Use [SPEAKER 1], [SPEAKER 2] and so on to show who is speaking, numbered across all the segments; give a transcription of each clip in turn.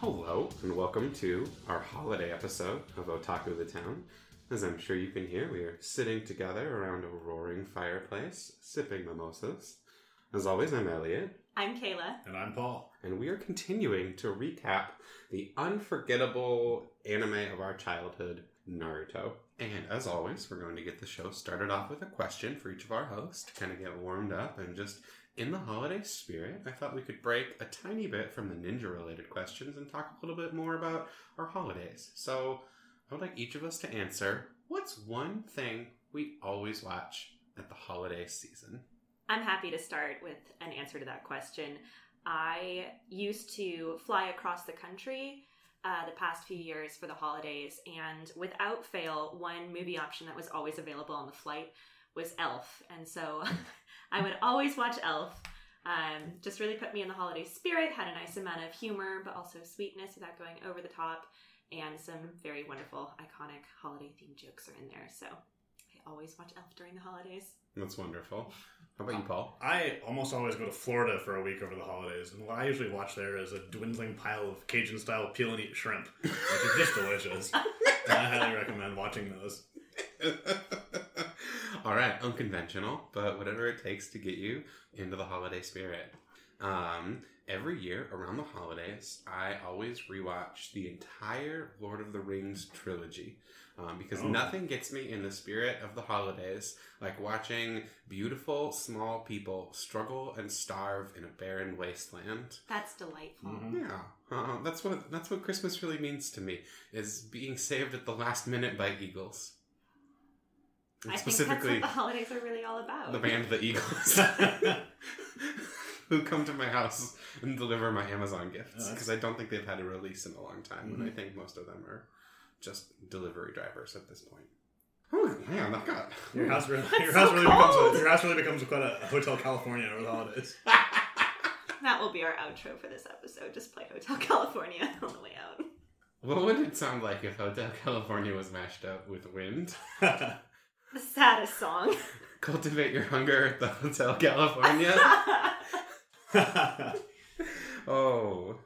[SPEAKER 1] Hello, and welcome to our holiday episode of Otaku the Town. As I'm sure you can hear, we are sitting together around a roaring fireplace, sipping mimosas. As always, I'm Elliot,
[SPEAKER 2] I'm Kayla.
[SPEAKER 3] And I'm Paul.
[SPEAKER 1] and we are continuing to recap the unforgettable anime of our childhood, Naruto. And as always, we're going to get the show started off with a question for each of our hosts to kind of get warmed up and just in the holiday spirit. I thought we could break a tiny bit from the ninja related questions and talk a little bit more about our holidays. So I would like each of us to answer what's one thing we always watch at the holiday season?
[SPEAKER 2] I'm happy to start with an answer to that question. I used to fly across the country uh, the past few years for the holidays, and without fail, one movie option that was always available on the flight was Elf. And so I would always watch Elf. Um, just really put me in the holiday spirit, had a nice amount of humor, but also sweetness without going over the top, and some very wonderful, iconic holiday themed jokes are in there. So I always watch Elf during the holidays.
[SPEAKER 1] That's wonderful. How about you, Paul?
[SPEAKER 3] I almost always go to Florida for a week over the holidays, and what I usually watch there is a dwindling pile of Cajun style peel and eat shrimp, which is just delicious. And I highly recommend watching those.
[SPEAKER 1] All right, unconventional, but whatever it takes to get you into the holiday spirit. Um, every year around the holidays, I always rewatch the entire Lord of the Rings trilogy um, because
[SPEAKER 3] Oh.
[SPEAKER 1] nothing gets me in the spirit of the holidays like watching beautiful small people struggle and starve in a barren wasteland.
[SPEAKER 2] That's delightful.
[SPEAKER 3] Mhm.
[SPEAKER 1] Yeah, uh, that's what that's what Christmas really means to me is being saved at the last minute by eagles. And
[SPEAKER 2] I
[SPEAKER 1] specifically,
[SPEAKER 2] think that's what the holidays are really all about.
[SPEAKER 1] the band the Eagles, who come to my house and deliver my Amazon
[SPEAKER 3] Oh,
[SPEAKER 1] gifts
[SPEAKER 3] that's-
[SPEAKER 1] because I don't think they've had a release in a long time, and I
[SPEAKER 3] Mhm.
[SPEAKER 1] think most of them are just delivery drivers at this point. Oh man, I've got
[SPEAKER 3] Your house really, your
[SPEAKER 2] That's
[SPEAKER 3] house
[SPEAKER 2] so
[SPEAKER 3] really becomes
[SPEAKER 2] cold.
[SPEAKER 3] a, your house really becomes quite a Hotel California over the holidays.
[SPEAKER 2] That will be our outro for this episode. Just play Hotel California on the way out.
[SPEAKER 1] what would it sound like if Hotel California was mashed up with wind?
[SPEAKER 2] The saddest song.
[SPEAKER 1] Cultivate your hunger at the Hotel California. Oh.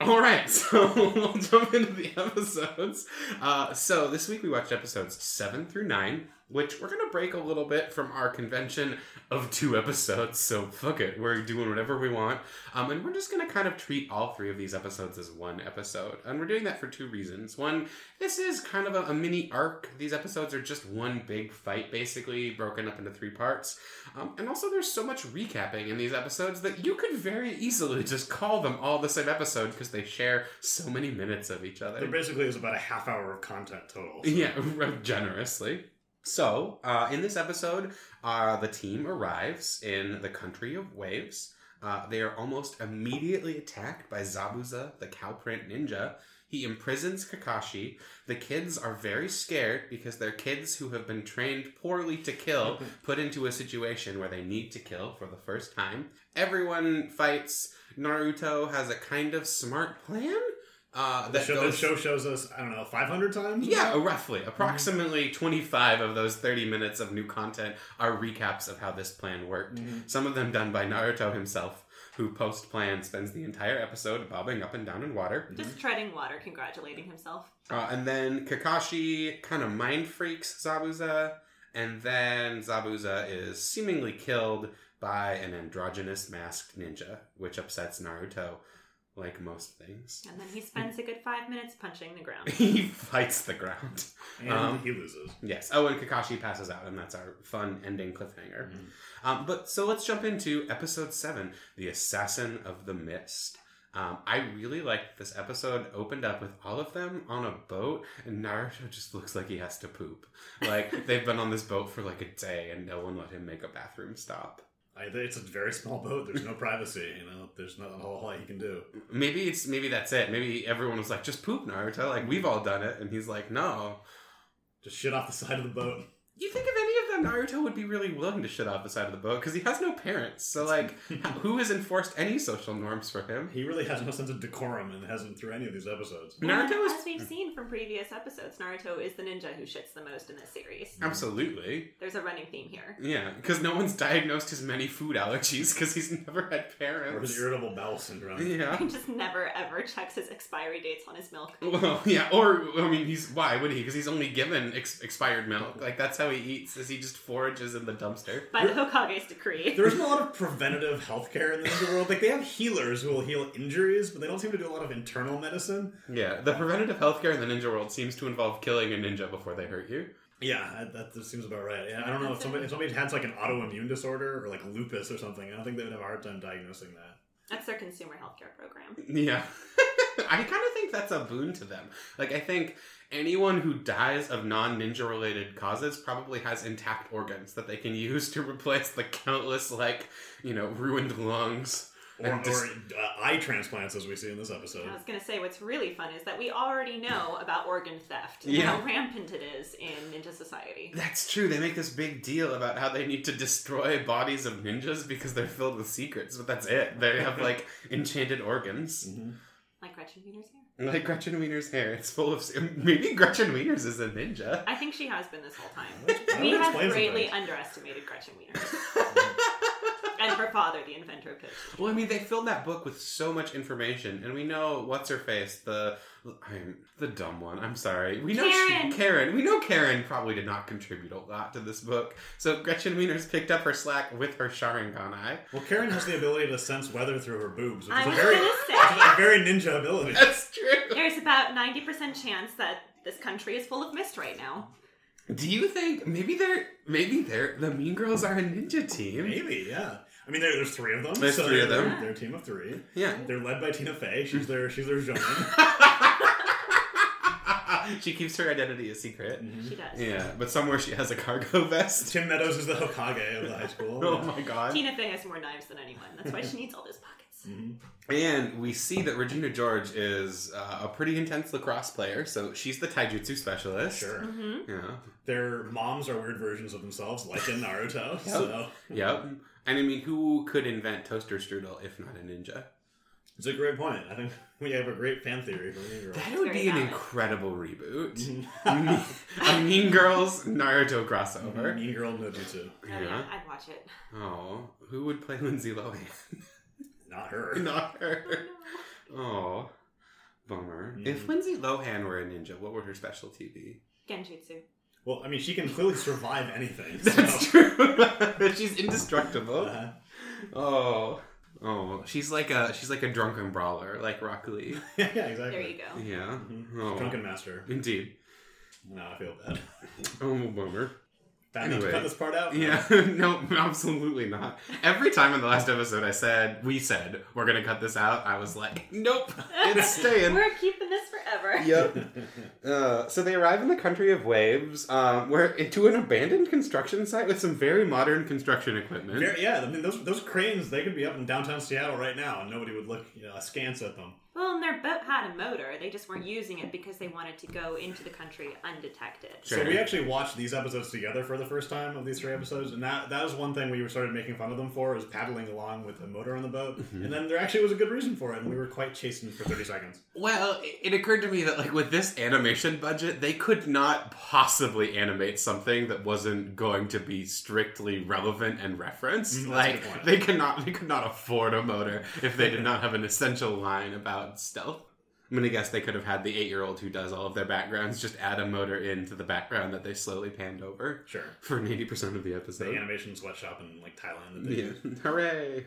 [SPEAKER 1] All right, so we'll jump into the episodes. Uh, so this week we watched episodes seven through nine, which we're gonna break a little bit from our convention of two episodes. So fuck it, we're doing whatever we want, um, and we're just gonna kind of treat all three of these episodes as one episode, and we're doing that for two reasons. One, this is kind of a, a mini arc. These episodes are just one big fight, basically broken up into three parts. Um, and also, there's so much recapping in these episodes that you could very easily just call them all the same episode because they share so many minutes of each other.
[SPEAKER 3] there basically is about a half hour of content total. so-
[SPEAKER 1] Yeah, generously. So, uh, in this episode, uh, the team arrives in the country of waves. Uh, they are almost immediately attacked by Zabuza, the cowprint ninja. He imprisons Kakashi. The kids are very scared because they're kids who have been trained poorly to kill, put into a situation where they need to kill for the first time. Everyone fights. Naruto has a kind of smart plan uh,
[SPEAKER 3] The
[SPEAKER 1] that
[SPEAKER 3] show, the
[SPEAKER 1] goes
[SPEAKER 3] show shows us, I don't know, 500 times?
[SPEAKER 1] yeah, roughly. Approximately 25 of those 30 minutes of new content are recaps of how this plan worked.
[SPEAKER 3] Mhm.
[SPEAKER 1] Some of them done by Naruto himself, who post plan spends the entire episode bobbing up and down in water.
[SPEAKER 2] Just treading water, congratulating himself.
[SPEAKER 1] Uh, and then Kakashi kind of mind freaks Zabuza, and then Zabuza is seemingly killed by an androgynous masked ninja, which upsets Naruto like most things.
[SPEAKER 2] And then he spends a good five minutes punching the ground.
[SPEAKER 1] he fights the ground.
[SPEAKER 3] And
[SPEAKER 1] Um,
[SPEAKER 3] he loses.
[SPEAKER 1] Yes. Oh, and Kakashi passes out, and that's our fun ending cliffhanger.
[SPEAKER 3] Mhm.
[SPEAKER 1] Um, but so let's jump into episode seven, "The Assassin of the Mist." Um, I really liked this episode. Opened up with all of them on a boat, and Naruto just looks like he has to poop. Like they've been on this boat for like a day, and no one let him make a bathroom stop.
[SPEAKER 3] I, it's a very small boat. There's no privacy, you know. There's not a whole lot you can do.
[SPEAKER 1] Maybe it's maybe that's it. Maybe everyone was like, "Just poop, Naruto." Like we've all done it, and he's like, "No."
[SPEAKER 3] Just shit off the side of the boat.
[SPEAKER 1] You think if any of them Naruto would be really willing to shit off the side of the boat because he has no parents. So like, who has enforced any social norms for him?
[SPEAKER 3] He really has no sense of decorum and hasn't through any of these episodes.
[SPEAKER 1] Naruto
[SPEAKER 2] And
[SPEAKER 1] is
[SPEAKER 2] as we've seen from previous episodes, Naruto is the ninja who shits the most in this series.
[SPEAKER 1] Absolutely.
[SPEAKER 2] There's a running theme here.
[SPEAKER 1] Yeah, because no one's diagnosed his many food allergies because he's never had
[SPEAKER 3] Or his
[SPEAKER 1] parents.
[SPEAKER 3] irritable bowel syndrome.
[SPEAKER 1] Yeah.
[SPEAKER 2] He just never ever checks his expiry dates on his milk.
[SPEAKER 1] Well, yeah, or I mean, he's why would he? Because he's only given ex- expired milk. Like that's how he eats. Is he just forages in the dumpster?
[SPEAKER 2] By the Hokage's decree.
[SPEAKER 3] There isn't a lot of preventative healthcare in the ninja world. Like they have healers who will heal injuries, but they don't seem to do a lot of internal medicine.
[SPEAKER 1] Yeah, the preventative healthcare in the ninja world seems to involve killing a ninja before they hurt you.
[SPEAKER 3] Yeah, that, that just seems about right. Yeah, I don't know if somebody if somebody had like an autoimmune disorder or like lupus or something. I don't think they would have a hard time diagnosing that.
[SPEAKER 2] That's their consumer healthcare program.
[SPEAKER 1] Yeah. I kind of think that's a boon to them. Like, I think anyone who dies of non ninja related causes probably has intact organs that they can use to replace the countless, like, you know, ruined lungs.
[SPEAKER 3] Or,
[SPEAKER 1] And just-
[SPEAKER 3] or uh, eye transplants, as we see in this episode.
[SPEAKER 2] I was going to say what's really fun is that we already know about organ theft and
[SPEAKER 1] Yeah.
[SPEAKER 2] how rampant it is in ninja society.
[SPEAKER 1] That's true. They make this big deal about how they need to destroy bodies of ninjas because they're filled with secrets, but that's it. They have, like, enchanted organs.
[SPEAKER 3] Mhm.
[SPEAKER 2] Like Gretchen Wiener's here.
[SPEAKER 1] Like Gretchen Wiener's hair. It's full of. Maybe Gretchen Wieners is a ninja.
[SPEAKER 2] I think she has been this whole time.
[SPEAKER 3] That
[SPEAKER 2] We
[SPEAKER 3] would
[SPEAKER 2] have
[SPEAKER 3] explain some
[SPEAKER 2] greatly
[SPEAKER 3] things.
[SPEAKER 2] underestimated Gretchen Wiener. and her father, the inventor of pitch.
[SPEAKER 1] Well, I mean, they filled that book with so much information, and we know what's her face, the I'm the dumb one. I'm sorry. We know
[SPEAKER 2] Karen.
[SPEAKER 1] She, Karen. We know Karen probably did not contribute a lot to this book. So Gretchen Wiener's picked up her slack with her Sharingan eye.
[SPEAKER 3] Well, Karen has the ability to sense weather through her boobs, which
[SPEAKER 2] I
[SPEAKER 3] is a
[SPEAKER 2] was
[SPEAKER 3] very,
[SPEAKER 2] gonna
[SPEAKER 3] which
[SPEAKER 2] say.
[SPEAKER 3] is a very ninja ability.
[SPEAKER 1] That's true.
[SPEAKER 2] There's about 90% chance that this country is full of mist right now.
[SPEAKER 1] Do you think maybe they're maybe they're the Mean Girls are a ninja team?
[SPEAKER 3] Maybe, yeah. I mean, there, there's three of them.
[SPEAKER 1] There's
[SPEAKER 3] so
[SPEAKER 1] three of
[SPEAKER 3] they're-
[SPEAKER 1] them.
[SPEAKER 3] They're a team of three.
[SPEAKER 1] Yeah.
[SPEAKER 3] They're led by Tina Fey. She's their she's their genre.
[SPEAKER 1] she keeps her identity a secret.
[SPEAKER 2] She does.
[SPEAKER 1] Mm-hmm. Yeah, but somewhere she has a cargo vest.
[SPEAKER 3] Mhm. Tim Meadows is the Hokage of the high school.
[SPEAKER 1] Oh my god.
[SPEAKER 2] Tina Fey has more knives than anyone. That's why she needs all those pockets.
[SPEAKER 3] Mhm.
[SPEAKER 1] And we see that Regina George is uh, a pretty intense lacrosse player, so she's the taijutsu specialist.
[SPEAKER 3] Sure.
[SPEAKER 2] hmm
[SPEAKER 1] Yeah.
[SPEAKER 3] Their moms are weird versions of themselves, like in Naruto. So
[SPEAKER 1] Yep. And I mean, who could invent toaster strudel if not a ninja?
[SPEAKER 3] it's a great point. I think we have a great fan theory for Mean
[SPEAKER 1] That would
[SPEAKER 2] Very
[SPEAKER 1] be an
[SPEAKER 2] valid.
[SPEAKER 1] incredible reboot.
[SPEAKER 3] Girls.
[SPEAKER 1] a Mean Girls Naruto crossover.
[SPEAKER 3] mean Girl no jutsu.
[SPEAKER 2] Oh, yeah.
[SPEAKER 1] Yeah.
[SPEAKER 2] I'd watch it.
[SPEAKER 1] Oh, who would play Lindsay Lohan?
[SPEAKER 3] Not her.
[SPEAKER 1] not
[SPEAKER 2] Oh,
[SPEAKER 1] her.
[SPEAKER 2] no.
[SPEAKER 1] Oh, bummer.
[SPEAKER 3] Mhm.
[SPEAKER 1] If Lindsay Lohan were a ninja, what would her specialty be?
[SPEAKER 2] Genjutsu.
[SPEAKER 3] Well, I mean, she can clearly survive anything. So.
[SPEAKER 1] That's true. She's indestructible.
[SPEAKER 3] Uh,
[SPEAKER 1] Oh, oh, she's like a she's like a drunken brawler, like Rock Lee.
[SPEAKER 3] yeah, exactly.
[SPEAKER 2] There you go.
[SPEAKER 1] Yeah.
[SPEAKER 3] Mhm.
[SPEAKER 1] Oh.
[SPEAKER 3] Drunken master.
[SPEAKER 1] Indeed.
[SPEAKER 3] No, I feel bad.
[SPEAKER 1] Oh, bummer.
[SPEAKER 3] That means
[SPEAKER 1] Anyway.
[SPEAKER 3] cut this part out.
[SPEAKER 1] Yeah. no, absolutely not. Every time in the last episode, I said we said we're gonna cut this out. I was like, nope, it's staying.
[SPEAKER 2] We're keeping this forever.
[SPEAKER 1] Yep. Uh, so they arrive in the country of waves, um, where into an abandoned construction site with some very modern construction equipment.
[SPEAKER 3] Very, yeah, I mean those those cranes they could be up in downtown Seattle right now and nobody would look you know, askance at them.
[SPEAKER 2] Well, and their boat had a motor. They just weren't using it because they wanted to go into the country undetected.
[SPEAKER 1] Sure.
[SPEAKER 3] So we actually watched these episodes together for the first time of these three episodes, and that that was one thing we started making fun of them for is paddling along with a motor on the boat,
[SPEAKER 1] Mm-hmm.
[SPEAKER 3] and then there actually was a good reason for it, and we were quite chastened for thirty seconds.
[SPEAKER 1] Well, it- it occurred to me that like with this animation budget, they could not possibly animate something that wasn't going to be strictly relevant and referenced.
[SPEAKER 3] Mm, that's a good
[SPEAKER 1] like
[SPEAKER 3] point.
[SPEAKER 1] they could not they could not afford a motor if they did not have an essential line about stealth. I'm gonna guess they could have had the eight year old who does all of their backgrounds just add a motor into the background that they slowly panned over
[SPEAKER 3] Sure,
[SPEAKER 1] for ninety percent of the
[SPEAKER 3] the
[SPEAKER 1] episode.
[SPEAKER 3] animation sweatshop in like Thailand. That they
[SPEAKER 1] Yeah.
[SPEAKER 3] used.
[SPEAKER 1] Hooray.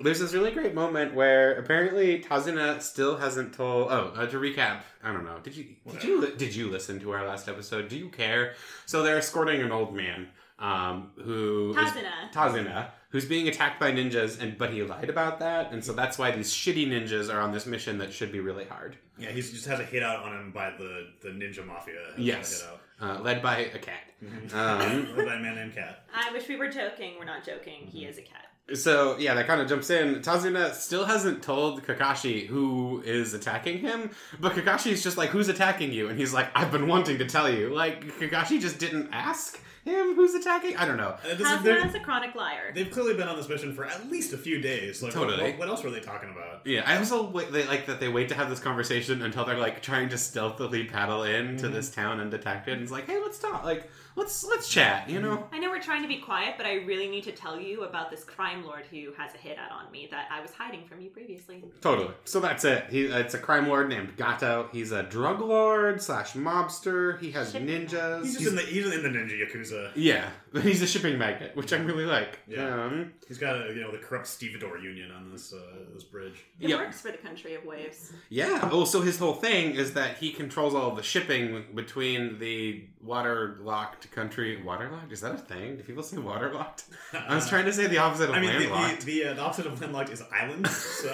[SPEAKER 1] There's this really great moment where apparently Tazuna still hasn't told Oh, uh, to recap, I don't know. Did you did you li- did you listen to our last episode? Do you care? So they're escorting an old man um who is-
[SPEAKER 2] Tazuna.
[SPEAKER 1] Tazuna, who's being attacked by ninjas and but he lied about that, and so that's why these shitty ninjas are on this mission that should be really hard.
[SPEAKER 3] yeah, he just has a hit out on him by the the ninja mafia. has a
[SPEAKER 1] Yes.
[SPEAKER 3] hit out.
[SPEAKER 1] Uh, led by a cat.
[SPEAKER 3] Mhm.
[SPEAKER 1] Um
[SPEAKER 3] by a man named Cat.
[SPEAKER 2] I wish we were joking. We're not joking.
[SPEAKER 1] Mm-hmm.
[SPEAKER 2] He is a cat.
[SPEAKER 1] So yeah, that kind of jumps in. Tazuna still hasn't told Kakashi who is attacking him, but Kakashi's just like, "Who's attacking you?" And he's like, "I've been wanting to tell you." Like Kakashi just didn't ask. him who's attacking? I don't know.
[SPEAKER 3] And Uh, this is-
[SPEAKER 2] Hazmat
[SPEAKER 3] they're-
[SPEAKER 2] is a chronic liar.
[SPEAKER 3] They've clearly been on this mission for at least a few days. Like, what-
[SPEAKER 1] Totally.
[SPEAKER 3] what, what else were they talking about?
[SPEAKER 1] Yeah, I also wait, they, like that they wait to have this conversation until they're like trying to stealthily paddle in to
[SPEAKER 3] Mhm.
[SPEAKER 1] this town undetected. And it's like, hey, let's talk. Like, let's let's chat. You
[SPEAKER 3] Mm-hmm.
[SPEAKER 1] know.
[SPEAKER 2] I know we're trying to be quiet, but I really need to tell you about this crime lord who has a hit out on me that I was hiding from you previously.
[SPEAKER 1] Totally. So that's it. He, uh, it's a crime lord named Gato. He's a drug lord slash mobster. He has
[SPEAKER 2] Shit.
[SPEAKER 1] ninjas.
[SPEAKER 3] He's just
[SPEAKER 1] He's-
[SPEAKER 3] in the he's in the ninja yakuza.
[SPEAKER 1] yeah, he's a shipping magnet, which I really like.
[SPEAKER 3] Yeah.
[SPEAKER 1] Um,
[SPEAKER 3] He's got you know the corrupt stevedore union on this uh, this bridge.
[SPEAKER 2] It
[SPEAKER 1] Yep.
[SPEAKER 2] works for the country of waves.
[SPEAKER 1] yeah. Oh, so his whole thing is that he controls all of the shipping between the waterlocked country. Waterlocked? Is that a thing? Do people say waterlocked? I was trying to say the opposite of
[SPEAKER 3] I mean,
[SPEAKER 1] landlocked.
[SPEAKER 3] the the, the, uh, the opposite of landlocked is island. So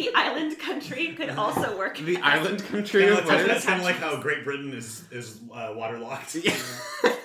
[SPEAKER 2] the island country could also work.
[SPEAKER 1] The island country of
[SPEAKER 3] Kinda like-
[SPEAKER 1] what
[SPEAKER 3] that's
[SPEAKER 1] is?
[SPEAKER 3] kind of like how Great Britain is is uh, waterlocked.
[SPEAKER 1] Yeah.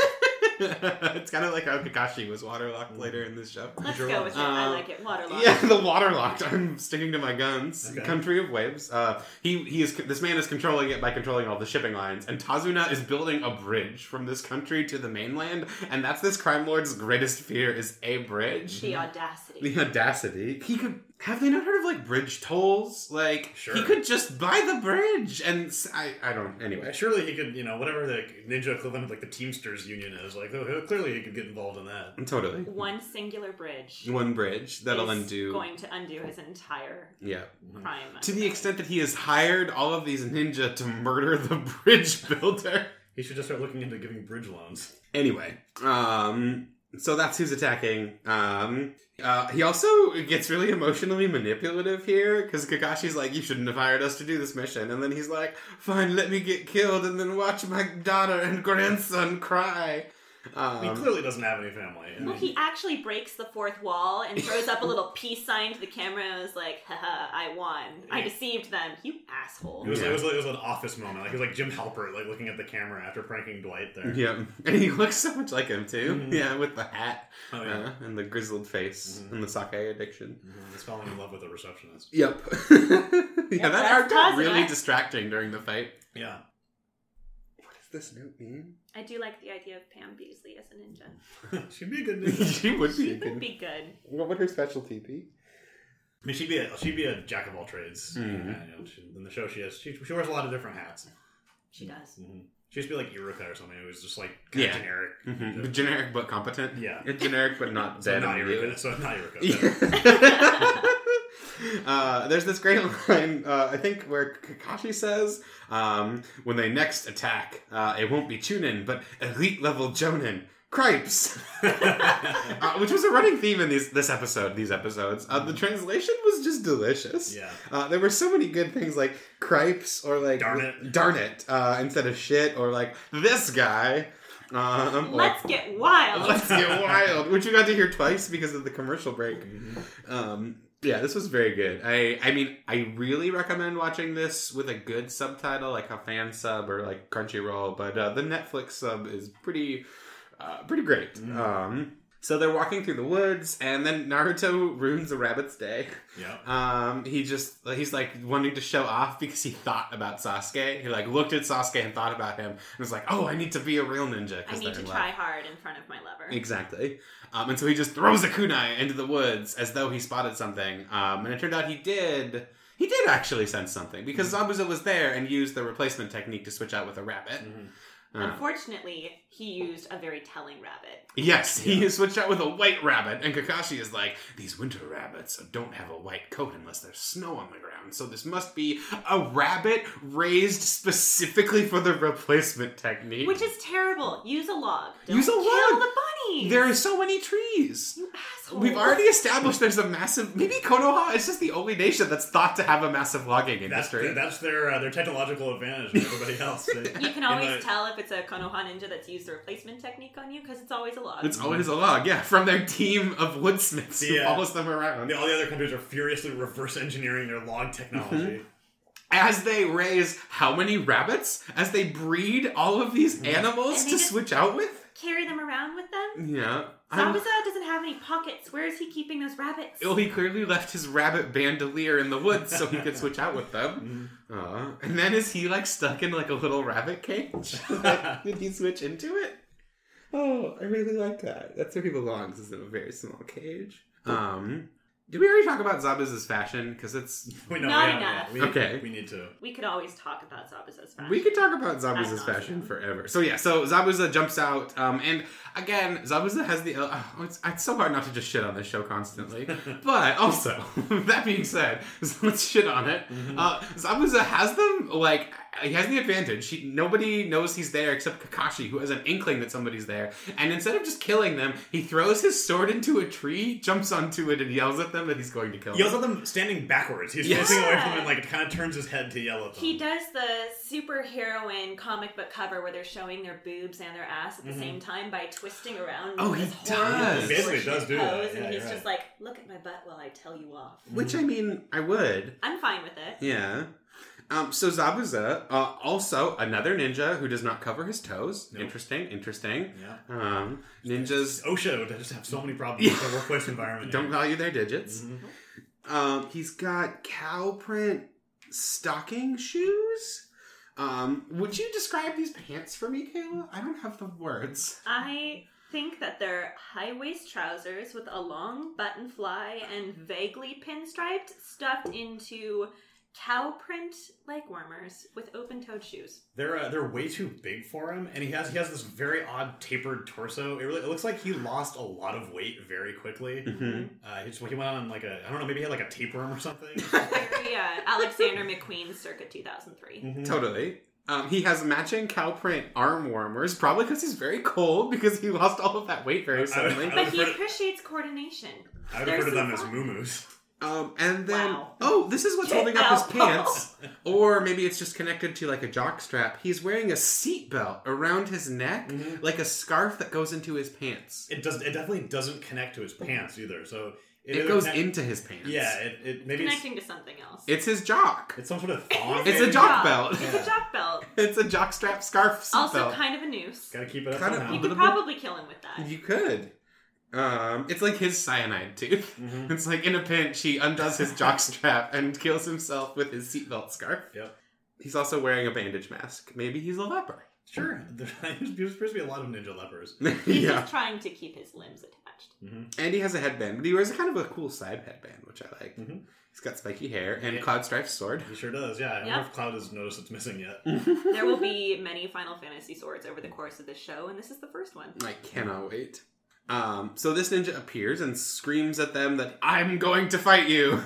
[SPEAKER 1] it's kind of like how Kakashi was waterlocked
[SPEAKER 3] Mm.
[SPEAKER 1] later in this show.
[SPEAKER 2] Let's go with it. I
[SPEAKER 1] Uh,
[SPEAKER 2] like it. Waterlogged.
[SPEAKER 1] Yeah, the waterlocked. I'm sticking to my guns.
[SPEAKER 3] Okay.
[SPEAKER 1] Country of waves. Uh, he he is. This man is controlling it by controlling all the shipping lines, and Tazuna is building a bridge from this country to the mainland, and that's this crime lord's greatest fear is a bridge.
[SPEAKER 2] The audacity.
[SPEAKER 1] The audacity. He could. Have they not heard of like bridge tolls? Like
[SPEAKER 3] Sure.
[SPEAKER 1] he could just buy the bridge, and s- I I don't. Anyway.
[SPEAKER 3] Surely he could, you know, whatever the ninja equivalent of like the Teamsters Union is, like oh, clearly he could get involved in that.
[SPEAKER 1] Totally.
[SPEAKER 2] One singular bridge.
[SPEAKER 1] One bridge that'll
[SPEAKER 2] is
[SPEAKER 1] undo.
[SPEAKER 2] Going to undo his entire
[SPEAKER 1] yeah.
[SPEAKER 2] crime.
[SPEAKER 1] To the extent that he has hired all of these ninja to murder the bridge builder.
[SPEAKER 3] He should just start looking into giving bridge loans.
[SPEAKER 1] Anyway, um, so that's who's attacking. Um, uh, he also gets really emotionally manipulative here because Kakashi's like, "You shouldn't have hired us to do this mission," and then he's like, "Fine, let me get killed and then watch my daughter and grandson cry."
[SPEAKER 3] he
[SPEAKER 1] Um,
[SPEAKER 3] clearly doesn't have any family. I
[SPEAKER 2] Well,
[SPEAKER 3] mean,
[SPEAKER 2] he actually breaks the fourth wall and throws up a little peace sign to the camera and was like, haha, I won. I deceived them, you asshole.
[SPEAKER 3] it was,
[SPEAKER 1] Yeah.
[SPEAKER 3] it, was, it was an office moment. Like it was like Jim Halpert, like looking at the camera after pranking Dwight there.
[SPEAKER 1] yeah, and he looks so much like him too.
[SPEAKER 3] Mhm.
[SPEAKER 1] Yeah, with the hat
[SPEAKER 3] Oh yeah,
[SPEAKER 1] uh, and the grizzled face
[SPEAKER 3] Mhm.
[SPEAKER 1] and the sake addiction.
[SPEAKER 3] Mhm, he's falling in love with a receptionist.
[SPEAKER 1] Yep. yeah, that
[SPEAKER 2] that's
[SPEAKER 1] arc got really
[SPEAKER 2] Kazuma.
[SPEAKER 1] distracting during the fight.
[SPEAKER 3] Yeah,
[SPEAKER 1] What does this note mean?
[SPEAKER 2] I do like the idea of Pam Beasley as a ninja.
[SPEAKER 3] she'd be a good ninja.
[SPEAKER 1] she would be.
[SPEAKER 2] She
[SPEAKER 1] a good-
[SPEAKER 2] would be good.
[SPEAKER 1] What would her specialty be?
[SPEAKER 3] I mean, she'd be a, she'd be a jack of all trades.
[SPEAKER 1] Mhm.
[SPEAKER 3] Yeah, you know, she- in the show, she has she, she wears a lot of different hats.
[SPEAKER 2] She
[SPEAKER 1] Mm.
[SPEAKER 2] does.
[SPEAKER 3] Mhm. She used to be like Eureka or something. It was just like kind
[SPEAKER 1] Yeah.
[SPEAKER 3] of generic.
[SPEAKER 1] Mhm. Generic but competent.
[SPEAKER 3] Yeah.
[SPEAKER 1] It's generic but not
[SPEAKER 3] So
[SPEAKER 1] dead. and
[SPEAKER 3] not Eureka.
[SPEAKER 1] weird.
[SPEAKER 3] So not Eureka.
[SPEAKER 1] uh, there's this great line, uh, I think, where Kakashi says, um, when they next attack, uh, it won't be Chunin, but elite level Jonin. Cripes! uh, which was a running theme in these, this episode, these episodes. Uh, the translation was just delicious.
[SPEAKER 3] Mm-hmm. yeah.
[SPEAKER 1] Uh, there were so many good things like cripes or like
[SPEAKER 3] Darn it.
[SPEAKER 1] darn it, uh, instead of shit or like this guy. Um, or,
[SPEAKER 2] Let's get wild.
[SPEAKER 1] let's get wild, which you got to hear twice because of the commercial break.
[SPEAKER 3] Mm-hmm.
[SPEAKER 1] Um, yeah, this was very good. I I mean, I really recommend watching this with a good subtitle, like a fan sub or like Crunchyroll. But uh, the Netflix sub is pretty, uh, pretty great.
[SPEAKER 3] Mm.
[SPEAKER 1] Um, so they're walking through the woods, and then Naruto ruins a rabbit's day.
[SPEAKER 3] Yeah.
[SPEAKER 1] Um, he just he's like wanting to show off because he thought about Sasuke. He like looked at Sasuke and thought about him, and was like, "Oh, I need to be a real ninja." 'cause
[SPEAKER 2] I
[SPEAKER 1] they're
[SPEAKER 2] need to
[SPEAKER 1] in
[SPEAKER 2] try hard in front of my lover.
[SPEAKER 1] Exactly. Um, and so he just throws a kunai into the woods as though he spotted something. Um, and it turned out he did. He did actually sense something because
[SPEAKER 2] Mm-hmm.
[SPEAKER 1] Zabuza was there and used the replacement technique to switch out with a rabbit.
[SPEAKER 3] Mhm.
[SPEAKER 1] Uh,
[SPEAKER 2] Unfortunately, he used a very telling rabbit.
[SPEAKER 1] yes, he
[SPEAKER 3] Yeah.
[SPEAKER 1] switched out with a white rabbit, and Kakashi is like, "These winter rabbits don't have a white coat unless there's snow on the ground, so this must be a rabbit raised specifically for the replacement technique."
[SPEAKER 2] Which is terrible. Use a log. Don't
[SPEAKER 1] Use a
[SPEAKER 2] kill
[SPEAKER 1] log.
[SPEAKER 2] the bunny.
[SPEAKER 1] there are so many trees.
[SPEAKER 2] You asshole.
[SPEAKER 1] We've already established there's a massive. Maybe Konoha is just the only nation that's thought to have a massive logging
[SPEAKER 3] That's
[SPEAKER 1] industry.
[SPEAKER 3] their, that's their uh, their technological advantage over everybody else. They-
[SPEAKER 2] You can
[SPEAKER 3] know,
[SPEAKER 2] always
[SPEAKER 3] it-
[SPEAKER 2] tell if it's a Konoha ninja that's used the replacement technique on you because it's always a log.
[SPEAKER 1] it's always a log, yeah, from their team of woodsmiths who
[SPEAKER 3] Yeah.
[SPEAKER 1] follows them around
[SPEAKER 3] the- all the other countries are furiously reverse engineering their log technology.
[SPEAKER 1] as they raise how many rabbits, as they breed all of these animals
[SPEAKER 2] And
[SPEAKER 1] to
[SPEAKER 2] they just-
[SPEAKER 1] switch out with.
[SPEAKER 2] Carry them around with them.
[SPEAKER 1] Yeah, I'm-
[SPEAKER 2] Zabuza doesn't have any pockets. Where is he keeping those rabbits?
[SPEAKER 1] well, he clearly left his rabbit bandolier in the woods so he could switch out with them. Aw. and Mm-hmm. then is he like stuck in like a little rabbit cage? Like, Did he switch into it? Oh, I really like that. That's where he belongs, is in a very small cage. Um, did we already talk about Zabuz's fashion? Because it's.
[SPEAKER 3] We know,
[SPEAKER 2] Not
[SPEAKER 3] yeah,
[SPEAKER 2] enough.
[SPEAKER 3] yeah, we-
[SPEAKER 1] Okay.
[SPEAKER 3] We need to.
[SPEAKER 2] We could always talk about Zabuz's fashion.
[SPEAKER 1] We could talk about Zabuza's
[SPEAKER 2] That's
[SPEAKER 1] fashion
[SPEAKER 2] awesome.
[SPEAKER 1] forever. So yeah, so Zabuza jumps out, um, and again, Zabuza has the. Uh, oh, it's, it's so hard not to just shit on this show constantly, but also that being said, so let's shit on it.
[SPEAKER 3] Mm-hmm.
[SPEAKER 1] Uh, Zabuza has them like he has the advantage. He, nobody knows he's there except Kakashi, who has an inkling that somebody's there. And instead of just killing them, he throws his sword into a tree, jumps onto it, and yells at them that he's going to kill
[SPEAKER 3] He yells
[SPEAKER 1] them.
[SPEAKER 3] at them standing backwards. He's
[SPEAKER 1] Yes.
[SPEAKER 3] facing away from them, like it kind of turns his head to yell at them.
[SPEAKER 2] He does the superheroine comic book cover where they're showing their boobs and their ass at the
[SPEAKER 3] Mhm.
[SPEAKER 2] same time by twisting around.
[SPEAKER 1] Mm-hmm. Oh,
[SPEAKER 2] in
[SPEAKER 1] he
[SPEAKER 2] this horrible
[SPEAKER 1] does. He
[SPEAKER 3] basically
[SPEAKER 2] bullshit
[SPEAKER 3] does do that.
[SPEAKER 2] pose,
[SPEAKER 3] Yeah,
[SPEAKER 2] and he's
[SPEAKER 3] you're
[SPEAKER 2] just like, "Look at my butt while I tell you off."
[SPEAKER 1] Which I mean, I would.
[SPEAKER 2] I'm fine with it.
[SPEAKER 1] Yeah. Um, so Zabuza, uh, also another ninja who does not cover his toes.
[SPEAKER 3] Nope.
[SPEAKER 1] Interesting, interesting.
[SPEAKER 3] Yeah.
[SPEAKER 1] Um, ninjas
[SPEAKER 3] OSHA would just have so many problems with the workplace environment.
[SPEAKER 1] don't
[SPEAKER 3] yeah.
[SPEAKER 1] value their digits.
[SPEAKER 3] Mhm.
[SPEAKER 1] Um, he's got cow print stocking shoes. Um, would you describe these pants for me, Kayla? I don't have the words.
[SPEAKER 2] I think that they're high waist trousers with a long button fly and vaguely pinstriped, stuffed into cow print leg warmers with open toed shoes.
[SPEAKER 3] They're uh, they're way too big for him, and he has he has this very odd tapered torso. It really it looks like he lost a lot of weight very quickly.
[SPEAKER 1] Mhm.
[SPEAKER 3] Uh, he, just, he went on like a I don't know maybe he had like a tapeworm or something. Mm-hmm.
[SPEAKER 2] Very uh, Alexander McQueen circa
[SPEAKER 1] Mm-hmm.
[SPEAKER 2] 2003.
[SPEAKER 3] Mhm.
[SPEAKER 1] Totally. Um, he has matching cow print arm warmers, probably because he's very cold because he lost all of that weight
[SPEAKER 3] I- I
[SPEAKER 1] very
[SPEAKER 3] would-
[SPEAKER 1] suddenly.
[SPEAKER 3] I would
[SPEAKER 2] But he
[SPEAKER 3] refer to-
[SPEAKER 2] appreciates coordination.
[SPEAKER 3] I would refer to
[SPEAKER 2] There's
[SPEAKER 3] them as
[SPEAKER 2] some-
[SPEAKER 3] muumuus.
[SPEAKER 1] Um, and then,
[SPEAKER 2] Wow.
[SPEAKER 1] oh, this is what's
[SPEAKER 2] Get
[SPEAKER 1] holding up his
[SPEAKER 2] out.
[SPEAKER 1] pants. Or maybe it's just connected to like a jock strap. He's wearing a seatbelt around his neck,
[SPEAKER 3] Mhm.
[SPEAKER 1] like a scarf that goes into his pants.
[SPEAKER 3] It does it definitely doesn't connect to his pants either. So
[SPEAKER 1] It,
[SPEAKER 3] either
[SPEAKER 1] goes
[SPEAKER 3] connect-
[SPEAKER 1] into his pants.
[SPEAKER 3] Yeah, it, it maybe it's,
[SPEAKER 2] Connecting to something else.
[SPEAKER 1] It's his jock.
[SPEAKER 3] it's some sort of thong.
[SPEAKER 1] It's
[SPEAKER 3] maybe?
[SPEAKER 1] a jock belt.
[SPEAKER 2] It's a jock belt.
[SPEAKER 1] It's a jock strap scarf seatbelt.
[SPEAKER 2] Also, kind of a noose.
[SPEAKER 3] Gotta keep it up
[SPEAKER 1] Kind of-
[SPEAKER 3] somehow.
[SPEAKER 2] You
[SPEAKER 1] little
[SPEAKER 2] could
[SPEAKER 1] bit-
[SPEAKER 2] probably kill him with that.
[SPEAKER 1] you could. Um, it's like his cyanide tooth.
[SPEAKER 3] Mhm.
[SPEAKER 1] It's like in a pinch, he undoes his jock strap and kills himself with his seatbelt scarf.
[SPEAKER 3] Yep.
[SPEAKER 1] He's also wearing a bandage mask. Maybe he's a leper.
[SPEAKER 3] Sure. There- There's supposed to be a lot of ninja lepers. Mm-hmm.
[SPEAKER 2] He's
[SPEAKER 1] yeah.
[SPEAKER 2] just trying to keep his limbs attached.
[SPEAKER 1] And he has a headband, but he wears a kind of a cool side headband, which I like.
[SPEAKER 3] Mhm.
[SPEAKER 1] He's got spiky hair and
[SPEAKER 3] Yeah.
[SPEAKER 1] Cloud Strife's sword.
[SPEAKER 3] He sure does, yeah. I
[SPEAKER 2] Yeah.
[SPEAKER 3] wonder if Cloud has noticed it's missing yet.
[SPEAKER 2] There will be many Final Fantasy swords over the course of the show, and this is the first one.
[SPEAKER 1] I cannot wait. Um, so this ninja appears and screams at them that I'm going to fight you.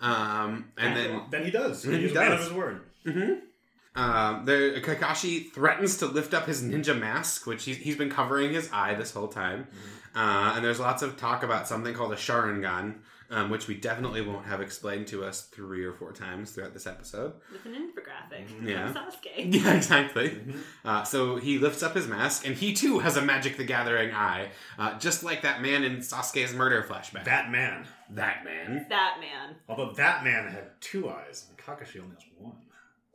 [SPEAKER 1] Um, and then
[SPEAKER 3] then he does.
[SPEAKER 1] Then he
[SPEAKER 3] He's a man of
[SPEAKER 1] does.
[SPEAKER 3] his word.
[SPEAKER 1] Um, there, Kakashi threatens to lift up his ninja mask, which he's, he's been covering his eye this whole time. Uh, and there's lots of talk about something called a Sharingan, um, which we definitely won't have explained to us three or four times throughout this episode.
[SPEAKER 2] with an infographic
[SPEAKER 1] Yeah.
[SPEAKER 2] from Sasuke.
[SPEAKER 1] Yeah, exactly.
[SPEAKER 3] Mhm.
[SPEAKER 1] Uh, so he lifts up his mask, and he too has a Magic the Gathering eye, uh, just like that man in Sasuke's murder flashback.
[SPEAKER 3] That man.
[SPEAKER 1] that man.
[SPEAKER 2] That man.
[SPEAKER 3] Although that man had two eyes, and Kakashi only has one.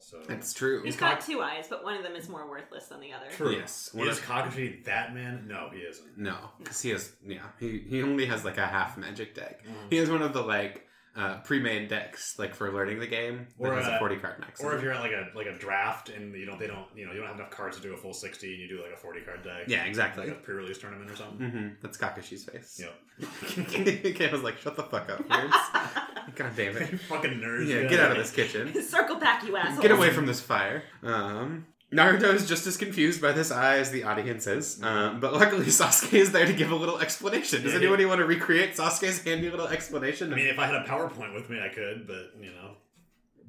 [SPEAKER 3] So
[SPEAKER 1] That's true.
[SPEAKER 2] He's got two eyes, but one of them is more worthless than the other.
[SPEAKER 3] true.
[SPEAKER 1] Yes. One
[SPEAKER 3] Is
[SPEAKER 1] of-
[SPEAKER 3] Kakashi that man? No, he isn't.
[SPEAKER 1] No, because he has yeah he, he only has like a half magic deck.
[SPEAKER 3] Mm.
[SPEAKER 1] He has one of the like uh, pre-made decks like for learning the game that
[SPEAKER 3] Or,
[SPEAKER 1] has a
[SPEAKER 3] uh,
[SPEAKER 1] forty card max.
[SPEAKER 3] Or if you're at like a like a draft and you don't they don't you know you don't have enough cards to do a full sixty and you do like a forty card deck.
[SPEAKER 1] yeah,
[SPEAKER 3] Like
[SPEAKER 1] exactly.
[SPEAKER 3] a pre-release tournament or something.
[SPEAKER 1] hmm That's Kakashi's face.
[SPEAKER 3] Yep.
[SPEAKER 1] Kay was like, "Shut the fuck up, nerds! God damn it!
[SPEAKER 3] Fucking nerds.
[SPEAKER 1] Yeah, get out of this kitchen.
[SPEAKER 2] Circle back, you asshole.
[SPEAKER 1] Get away from this fire." Um, Naruto is just as confused by this eye as the audience is, um, but luckily Sasuke is there to give a little explanation. Does
[SPEAKER 3] Mm-hmm. Yeah, he-
[SPEAKER 1] anybody want to recreate Sasuke's handy little explanation?
[SPEAKER 3] I mean, if I had a PowerPoint with me, I could, but you know,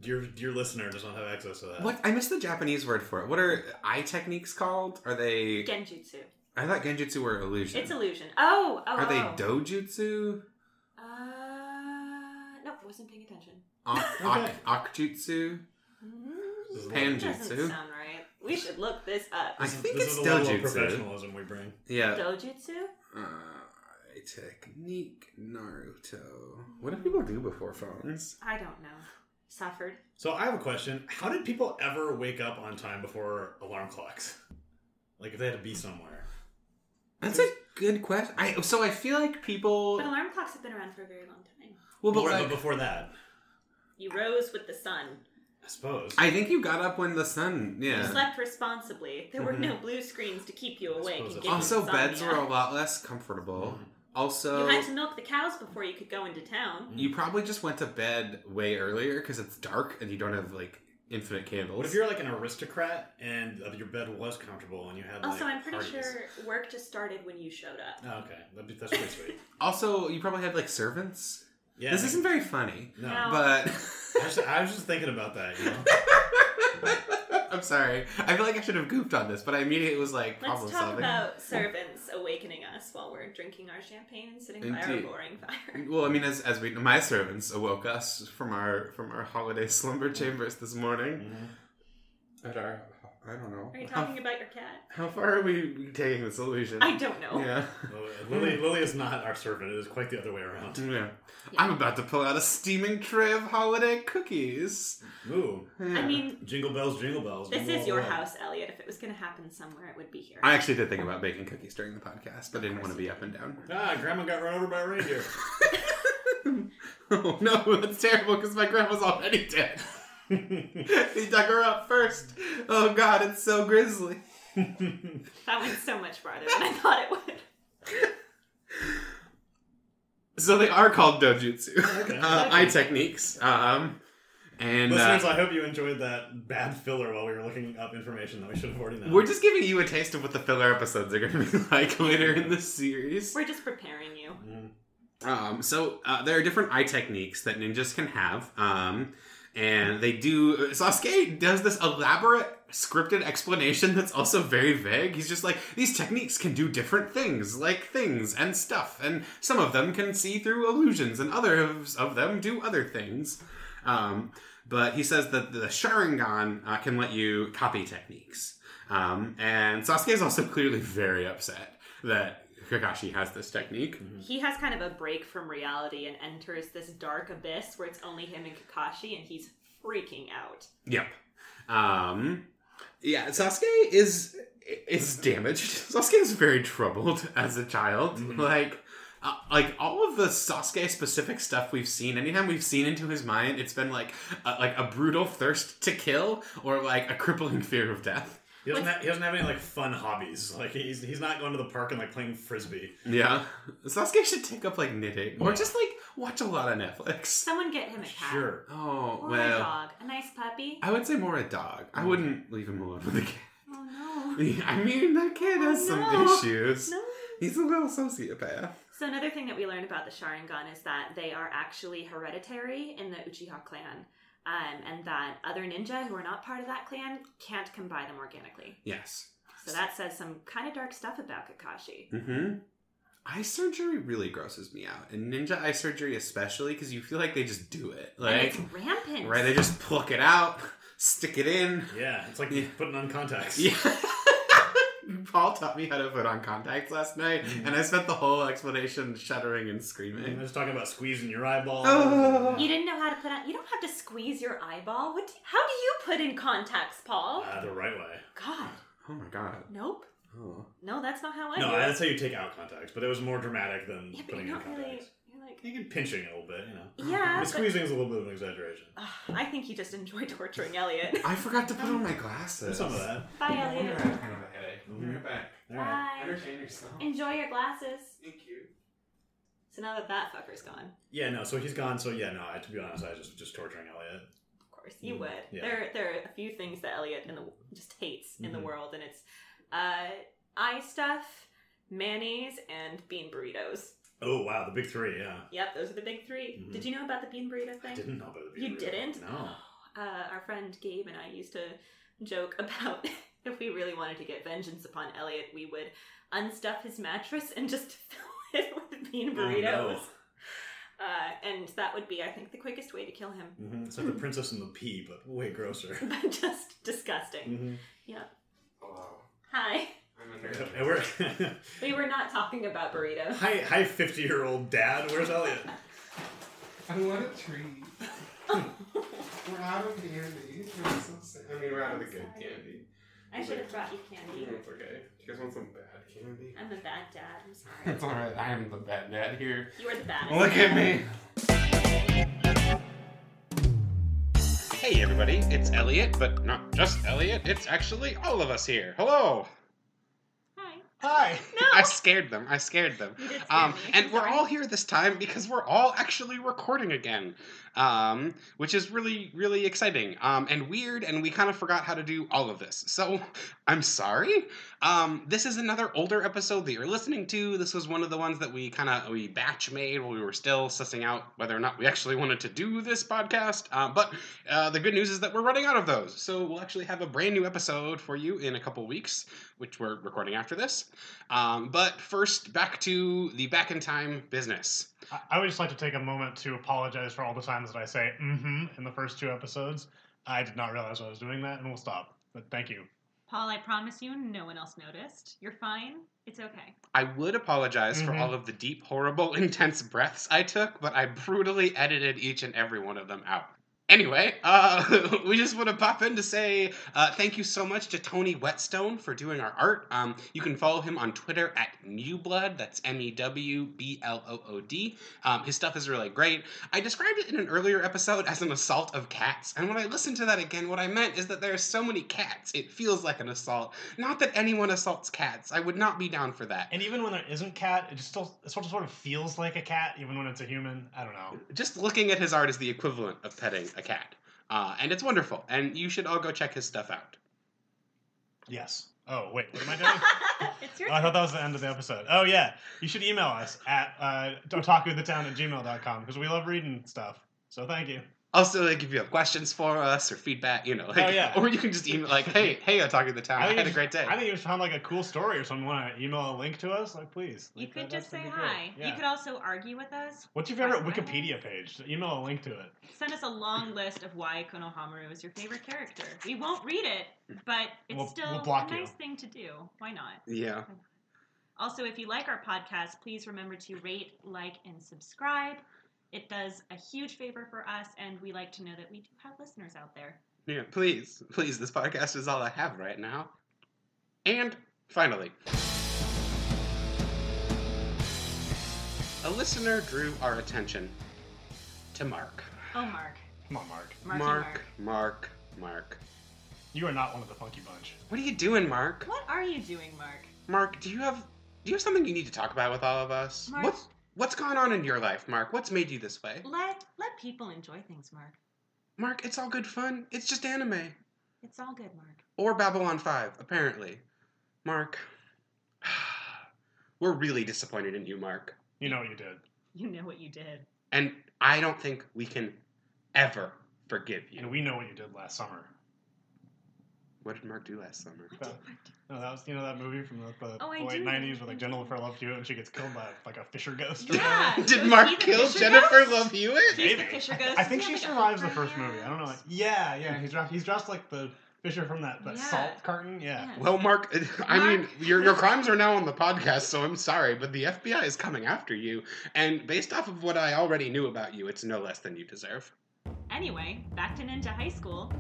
[SPEAKER 3] your your listener does not have access to that.
[SPEAKER 1] What I missed the Japanese word for it. What are eye techniques called? Are they?
[SPEAKER 2] Genjutsu.
[SPEAKER 1] I thought genjutsu were illusion.
[SPEAKER 2] It's illusion. Oh, oh.
[SPEAKER 1] are they
[SPEAKER 2] oh.
[SPEAKER 1] dojutsu?
[SPEAKER 2] Uh, nope, wasn't paying attention.
[SPEAKER 1] Ok- ok-
[SPEAKER 3] Okay.
[SPEAKER 1] Okjutsu?
[SPEAKER 2] Mm,
[SPEAKER 3] This is
[SPEAKER 1] Pan-
[SPEAKER 2] Doesn't
[SPEAKER 1] Genjutsu.
[SPEAKER 2] sound right. We should look this up.
[SPEAKER 1] I
[SPEAKER 3] this is-
[SPEAKER 1] think
[SPEAKER 3] this
[SPEAKER 1] it's
[SPEAKER 3] is the level of
[SPEAKER 1] dojutsu.
[SPEAKER 3] professionalism we bring.
[SPEAKER 1] Yeah.
[SPEAKER 2] Dojutsu?
[SPEAKER 1] Uh, eye technique Naruto. What did people do before phones?
[SPEAKER 2] I don't know. Suffered.
[SPEAKER 3] So I have a question: How did people ever wake up on time before alarm clocks? Like if they had to be somewhere.
[SPEAKER 1] That's a good question. I so I feel like people.
[SPEAKER 2] But alarm clocks have been around for a very long time.
[SPEAKER 1] Well, but
[SPEAKER 3] Before, but
[SPEAKER 1] like,
[SPEAKER 3] before that,
[SPEAKER 2] You rose with the sun.
[SPEAKER 3] I suppose.
[SPEAKER 1] I think you got up when the sun.
[SPEAKER 2] You
[SPEAKER 1] Yeah.
[SPEAKER 2] slept responsibly. There were no blue screens to keep you
[SPEAKER 3] I
[SPEAKER 2] awake.
[SPEAKER 3] suppose
[SPEAKER 2] And
[SPEAKER 3] that's
[SPEAKER 2] give you
[SPEAKER 1] Also, Oh, beds were
[SPEAKER 2] insomnia.
[SPEAKER 1] a lot less comfortable.
[SPEAKER 3] Mhm.
[SPEAKER 1] Also,
[SPEAKER 2] you had to milk the cows before you could go into town.
[SPEAKER 3] Mm-hmm.
[SPEAKER 1] you probably just went to bed way earlier because it's dark and you don't have like infinite candles.
[SPEAKER 3] What if you're like an aristocrat and uh, your bed was comfortable and you had like
[SPEAKER 2] Also, Oh, I'm pretty
[SPEAKER 3] parties?
[SPEAKER 2] sure work just started when you showed up.
[SPEAKER 3] Oh, okay, That'd be, that's pretty sweet.
[SPEAKER 1] also, you probably had like servants.
[SPEAKER 3] Yeah.
[SPEAKER 1] This isn't very funny,
[SPEAKER 3] no.
[SPEAKER 2] No.
[SPEAKER 1] but
[SPEAKER 3] I, was just, I was just thinking about that. You know?
[SPEAKER 1] I'm sorry. I feel like I should have gooped on this, but I immediately was like
[SPEAKER 2] Let's
[SPEAKER 1] problem
[SPEAKER 2] talk
[SPEAKER 1] solving.
[SPEAKER 2] about servants awakening us while we're drinking our champagne and sitting by our
[SPEAKER 1] Indeed.
[SPEAKER 2] roaring fire.
[SPEAKER 1] Well, I mean, as, as we my servants awoke us from our from our holiday slumber chambers this morning.
[SPEAKER 3] Mhm.
[SPEAKER 1] At our, I don't know.
[SPEAKER 2] Are you talking about your cat?
[SPEAKER 1] How, how far are we taking this illusion?
[SPEAKER 2] I don't know.
[SPEAKER 1] Yeah.
[SPEAKER 3] Lily, Lily, Lily is not our servant. It is quite the other way around.
[SPEAKER 1] yeah. I'm about to pull out a steaming tray of holiday cookies.
[SPEAKER 3] Ooh,
[SPEAKER 2] I
[SPEAKER 1] Yeah.
[SPEAKER 2] mean,
[SPEAKER 3] jingle bells, jingle bells.
[SPEAKER 2] this
[SPEAKER 3] jingle
[SPEAKER 2] is
[SPEAKER 3] all
[SPEAKER 2] your
[SPEAKER 3] the way.
[SPEAKER 2] house, Elliot. If it was going to happen somewhere, it would be here.
[SPEAKER 1] I actually did think about baking cookies during the podcast, but I didn't want to be up and down.
[SPEAKER 3] Ah, Grandma got run over by a reindeer.
[SPEAKER 1] oh no, that's terrible because my grandma's already dead. he dug her up first. Oh god, it's so grisly.
[SPEAKER 2] that went so much farther than I thought it would.
[SPEAKER 1] So they are called dojutsu, uh, eye techniques. Um, and
[SPEAKER 3] Listeners,
[SPEAKER 1] uh,
[SPEAKER 3] I hope you enjoyed that bad filler while we were looking up information that we should have already known.
[SPEAKER 1] we're just giving you a taste of what the filler episodes are going to be like later in this series.
[SPEAKER 2] We're just preparing you.
[SPEAKER 3] Mhm.
[SPEAKER 1] Um, so uh, there are different eye techniques that ninjas can have, um, and they do. Sasuke does this elaborate scripted explanation that's also very vague. He's just like these techniques can do different things, like things and stuff, and some of them can see through illusions, and others of them do other things. Um, but he says that the Sharingan uh, can let you copy techniques. Um, and Sasuke is also clearly very upset that Kakashi has this technique.
[SPEAKER 2] He has kind of a break from reality and enters this dark abyss where it's only him and Kakashi, and he's freaking out.
[SPEAKER 1] Yep. Um, yeah, Sasuke is is damaged. Sasuke is very troubled as a child. Like, uh, like all of the Sasuke specific stuff we've seen. Anytime we've seen into his mind, it's been like a, like a brutal thirst to kill, or like a crippling fear of death.
[SPEAKER 3] He doesn't, have, he doesn't have any like fun hobbies. Like he's he's not going to the park and like playing frisbee.
[SPEAKER 1] Yeah, Sasuke should take up like knitting or just like watch a lot of Netflix.
[SPEAKER 2] Someone get him a cat.
[SPEAKER 3] Sure.
[SPEAKER 1] Oh
[SPEAKER 2] Or a
[SPEAKER 1] well,
[SPEAKER 2] dog. A nice puppy.
[SPEAKER 1] I would say more a dog. I wouldn't leave him alone with a cat.
[SPEAKER 2] oh no.
[SPEAKER 1] I mean, that kid has some
[SPEAKER 2] Oh, no.
[SPEAKER 1] issues.
[SPEAKER 2] No.
[SPEAKER 1] He's a little sociopath.
[SPEAKER 2] So another thing that we learned about the Sharingan is that they are actually hereditary in the Uchiha clan, um, and that other ninja who are not part of that clan can't come by them organically.
[SPEAKER 1] Yes.
[SPEAKER 2] So that says some kind of dark stuff about Kakashi.
[SPEAKER 1] Mm-hmm. Eye surgery really grosses me out, and ninja eye surgery especially, because you feel like they just do it,
[SPEAKER 2] and
[SPEAKER 1] like
[SPEAKER 2] it's rampant.
[SPEAKER 1] right? They just pluck it out, stick it in.
[SPEAKER 3] Yeah, it's like
[SPEAKER 1] Yeah.
[SPEAKER 3] putting on contacts.
[SPEAKER 1] Yeah. Paul taught me how to put on contacts last night,
[SPEAKER 3] Mhm.
[SPEAKER 1] and I spent the whole explanation shuddering and
[SPEAKER 3] I'm
[SPEAKER 1] screaming.
[SPEAKER 3] just talking about squeezing your eyeball.
[SPEAKER 1] Oh.
[SPEAKER 2] You didn't know how to put on. You don't have to squeeze your eyeball. What? Do, how do you put in contacts, Paul?
[SPEAKER 3] Uh, the right way.
[SPEAKER 2] God,
[SPEAKER 3] Mm-hmm.
[SPEAKER 1] Oh my god.
[SPEAKER 2] nope.
[SPEAKER 1] Oh.
[SPEAKER 2] No, that's not how I
[SPEAKER 3] No,
[SPEAKER 2] do. it.
[SPEAKER 3] that's how you take out contacts, but it was more dramatic than
[SPEAKER 2] yeah, but
[SPEAKER 3] putting
[SPEAKER 2] you're
[SPEAKER 3] in
[SPEAKER 2] not
[SPEAKER 3] contacts.
[SPEAKER 2] really. You're like,
[SPEAKER 3] You can pinching a little bit, you know.
[SPEAKER 2] yeah.
[SPEAKER 3] The
[SPEAKER 2] But,
[SPEAKER 3] squeezing is a little bit of an exaggeration.
[SPEAKER 2] Ugh, I think you just enjoy torturing Elliot.
[SPEAKER 1] I forgot to put on my glasses.
[SPEAKER 3] Some of that.
[SPEAKER 2] Bye, Elliot.
[SPEAKER 1] kind of a headache. I'll be right back.
[SPEAKER 3] All right.
[SPEAKER 2] Bye.
[SPEAKER 1] yourself.
[SPEAKER 2] Enjoy your glasses.
[SPEAKER 1] Thank you.
[SPEAKER 2] So now that that fucker's gone,
[SPEAKER 3] Yeah, no. So he's gone. So yeah, no. I, to be honest, I was just just torturing Elliot.
[SPEAKER 2] of course you
[SPEAKER 3] Mm,
[SPEAKER 2] would.
[SPEAKER 3] yeah.
[SPEAKER 2] There, there are a few things that Elliot in the just hates in the
[SPEAKER 3] Mhm.
[SPEAKER 2] world, and it's uh, eye stuff, mayonnaise, and bean burritos.
[SPEAKER 3] Oh wow, the big three. Yeah.
[SPEAKER 2] Yep, those are the big 3
[SPEAKER 3] Mhm.
[SPEAKER 2] Did you know about the bean burrito thing?
[SPEAKER 3] I didn't know about the.
[SPEAKER 2] You
[SPEAKER 3] beetroot.
[SPEAKER 2] didn't?
[SPEAKER 3] No.
[SPEAKER 2] Uh, our friend Gabe and I used to joke about if we really wanted to get vengeance upon Elliot, we would unstuff his mattress and just fill it with bean
[SPEAKER 3] Oh,
[SPEAKER 2] burritos.
[SPEAKER 3] no.
[SPEAKER 2] Uh, and that would be, I think, the quickest way to kill him.
[SPEAKER 3] hmm It's like the Princess and the Pea, but way grosser.
[SPEAKER 2] But just disgusting.
[SPEAKER 3] hmm
[SPEAKER 1] Hello.
[SPEAKER 2] Hi.
[SPEAKER 1] Oh, I'm
[SPEAKER 3] And we're
[SPEAKER 2] We were not talking about burritos.
[SPEAKER 3] hi hi fifty year old dad. Where's Elliot?
[SPEAKER 1] I want a treat. we're out of candy. I'm so sad. I mean, we're out of the good
[SPEAKER 2] I'm sorry.
[SPEAKER 1] candy.
[SPEAKER 2] I should have brought you candy.
[SPEAKER 1] Mm, It's okay. Do you guys want some bad candy?
[SPEAKER 2] I'm a bad dad. I'm sorry.
[SPEAKER 1] It's alright. I am the bad dad here.
[SPEAKER 2] You are the baddest.
[SPEAKER 1] Look at me. Hey everybody, it's Elliot, but not just Elliot, it's actually all of us here. Hello!
[SPEAKER 2] Hi.
[SPEAKER 1] Hi!
[SPEAKER 2] No.
[SPEAKER 1] I scared them, I scared them.
[SPEAKER 2] You did scare
[SPEAKER 1] Um,
[SPEAKER 2] me.
[SPEAKER 1] and we're
[SPEAKER 2] Sorry.
[SPEAKER 1] all here this time because we're all actually recording again, um, which is really, really exciting um, and weird. And we kind of forgot how to do all of this. So I'm sorry. Um, this is another older episode that you're listening to. This was one of the ones that we kind of we batch made while we were still sussing out whether or not we actually wanted to do this podcast. Uh, but uh, the good news is that we're running out of those, so we'll actually have a brand new episode for you in a couple weeks, which we're recording after this. Um, but first, back to the back in time business.
[SPEAKER 4] I- I would just like to take a moment to apologize for all the times that I say mm-hmm in the first two episodes. I did not realize I was doing that, and we'll stop. But thank you.
[SPEAKER 5] Paul, I promise you, no one else noticed. You're fine. It's okay.
[SPEAKER 1] I would apologize for
[SPEAKER 4] Mhm.
[SPEAKER 1] all of the deep, horrible, intense breaths I took, but I brutally edited each and every one of them out. Anyway, uh, we just want to pop in to say uh, thank you so much to Tony Whetstone for doing our art. Um, you can follow him on Twitter at Mewblood. That's M E W B L O O D. Um, his stuff is really great. I described it in an earlier episode as an assault of cats, and when I listened to that again, what I meant is that there are so many cats, it feels like an assault. Not that anyone assaults cats. I would not be down for that.
[SPEAKER 4] And even when there isn't cat, it just still it sort of sort of feels like a cat, even when it's a human. I don't know.
[SPEAKER 1] just looking at his art is the equivalent of petting a cat. Uh, and it's wonderful. And you should all go check his stuff out.
[SPEAKER 4] Yes. Oh wait, what am I doing?
[SPEAKER 5] it's your
[SPEAKER 4] Oh, I thought that was the end of the episode. Oh yeah, you should email us at uh, otakuthetown at gmail.com because we love reading stuff. So thank you.
[SPEAKER 1] Also, like if you have questions for us or feedback, you know, like,
[SPEAKER 4] Oh, yeah.
[SPEAKER 1] or you can just email like, hey, hey, I'm talking to the town. I,
[SPEAKER 4] I think
[SPEAKER 1] had a
[SPEAKER 4] it's-
[SPEAKER 1] great day.
[SPEAKER 4] I think you just found like a cool story or something. Want to email a link to us? Like please.
[SPEAKER 5] You
[SPEAKER 4] Like,
[SPEAKER 5] could
[SPEAKER 4] that-
[SPEAKER 5] just say
[SPEAKER 4] that'd be great.
[SPEAKER 5] hi.
[SPEAKER 4] Yeah.
[SPEAKER 5] You could also argue with us.
[SPEAKER 4] What's your favorite
[SPEAKER 5] Why- why not?
[SPEAKER 4] Wikipedia page? Email a link to it.
[SPEAKER 5] Send us a long list of why Konohamaru is your favorite character. We won't read it, but it's
[SPEAKER 4] We'll-
[SPEAKER 5] still
[SPEAKER 4] we'll block
[SPEAKER 5] a
[SPEAKER 4] you.
[SPEAKER 5] nice thing to do. Why not?
[SPEAKER 1] yeah.
[SPEAKER 5] Also, if you like our podcast, please remember to rate, like, and subscribe. It does a huge favor for us, and we like to know that we do have listeners out there.
[SPEAKER 1] Yeah. Please, please, this podcast is all I have right now. And finally. A listener drew our attention to Mark.
[SPEAKER 5] Oh, Mark.
[SPEAKER 4] Come on, Mark.
[SPEAKER 5] Marky
[SPEAKER 1] Mark, Mark, Mark.
[SPEAKER 4] You are not one of the funky bunch.
[SPEAKER 1] What are you doing, Mark?
[SPEAKER 5] What are you doing, Mark?
[SPEAKER 1] Mark, do you have do you have something you need to talk about with all of us?
[SPEAKER 5] Mark-
[SPEAKER 1] What's what's gone on in your life, Mark? What's made you this way?
[SPEAKER 5] Let let people enjoy things, Mark.
[SPEAKER 1] Mark, it's all good fun. It's just anime.
[SPEAKER 5] It's all good, Mark.
[SPEAKER 1] Or Babylon 5, apparently. Mark. We're really disappointed in you, Mark.
[SPEAKER 4] You know what you did.
[SPEAKER 5] You know what you did.
[SPEAKER 1] And I don't think we can ever forgive you.
[SPEAKER 4] And we know what you did last summer.
[SPEAKER 1] What did Mark do last summer?
[SPEAKER 5] What did Mark do?
[SPEAKER 4] No, that was you know that movie from the, the
[SPEAKER 5] Oh, I
[SPEAKER 4] late
[SPEAKER 5] do.
[SPEAKER 4] nineties where like Jennifer Love Hewitt and she gets killed by like a Fisher ghost. or
[SPEAKER 5] Yeah.
[SPEAKER 4] whatever.
[SPEAKER 1] Did
[SPEAKER 5] was he
[SPEAKER 1] Mark
[SPEAKER 5] the
[SPEAKER 1] kill
[SPEAKER 5] Fisher
[SPEAKER 1] Jennifer
[SPEAKER 5] ghost?
[SPEAKER 1] Love Hewitt?
[SPEAKER 5] He's the
[SPEAKER 4] Maybe.
[SPEAKER 5] Fisher ghost.
[SPEAKER 4] I think
[SPEAKER 5] Does he
[SPEAKER 4] she
[SPEAKER 5] have, like, a
[SPEAKER 4] survives the
[SPEAKER 5] hooker
[SPEAKER 4] first
[SPEAKER 5] hand?
[SPEAKER 4] movie. I don't know. Like, yeah, yeah. He's dressed. He's dressed like the Fisher from that, that
[SPEAKER 5] Yeah.
[SPEAKER 4] salt carton. Yeah.
[SPEAKER 5] Yeah.
[SPEAKER 1] Well, Mark, I mean,
[SPEAKER 5] Mark-
[SPEAKER 1] your, your crimes are now on the podcast, so I'm sorry, but the FBI is coming after you. And based off of what I already knew about you, it's no less than you deserve.
[SPEAKER 5] Anyway, back to Ninja High School.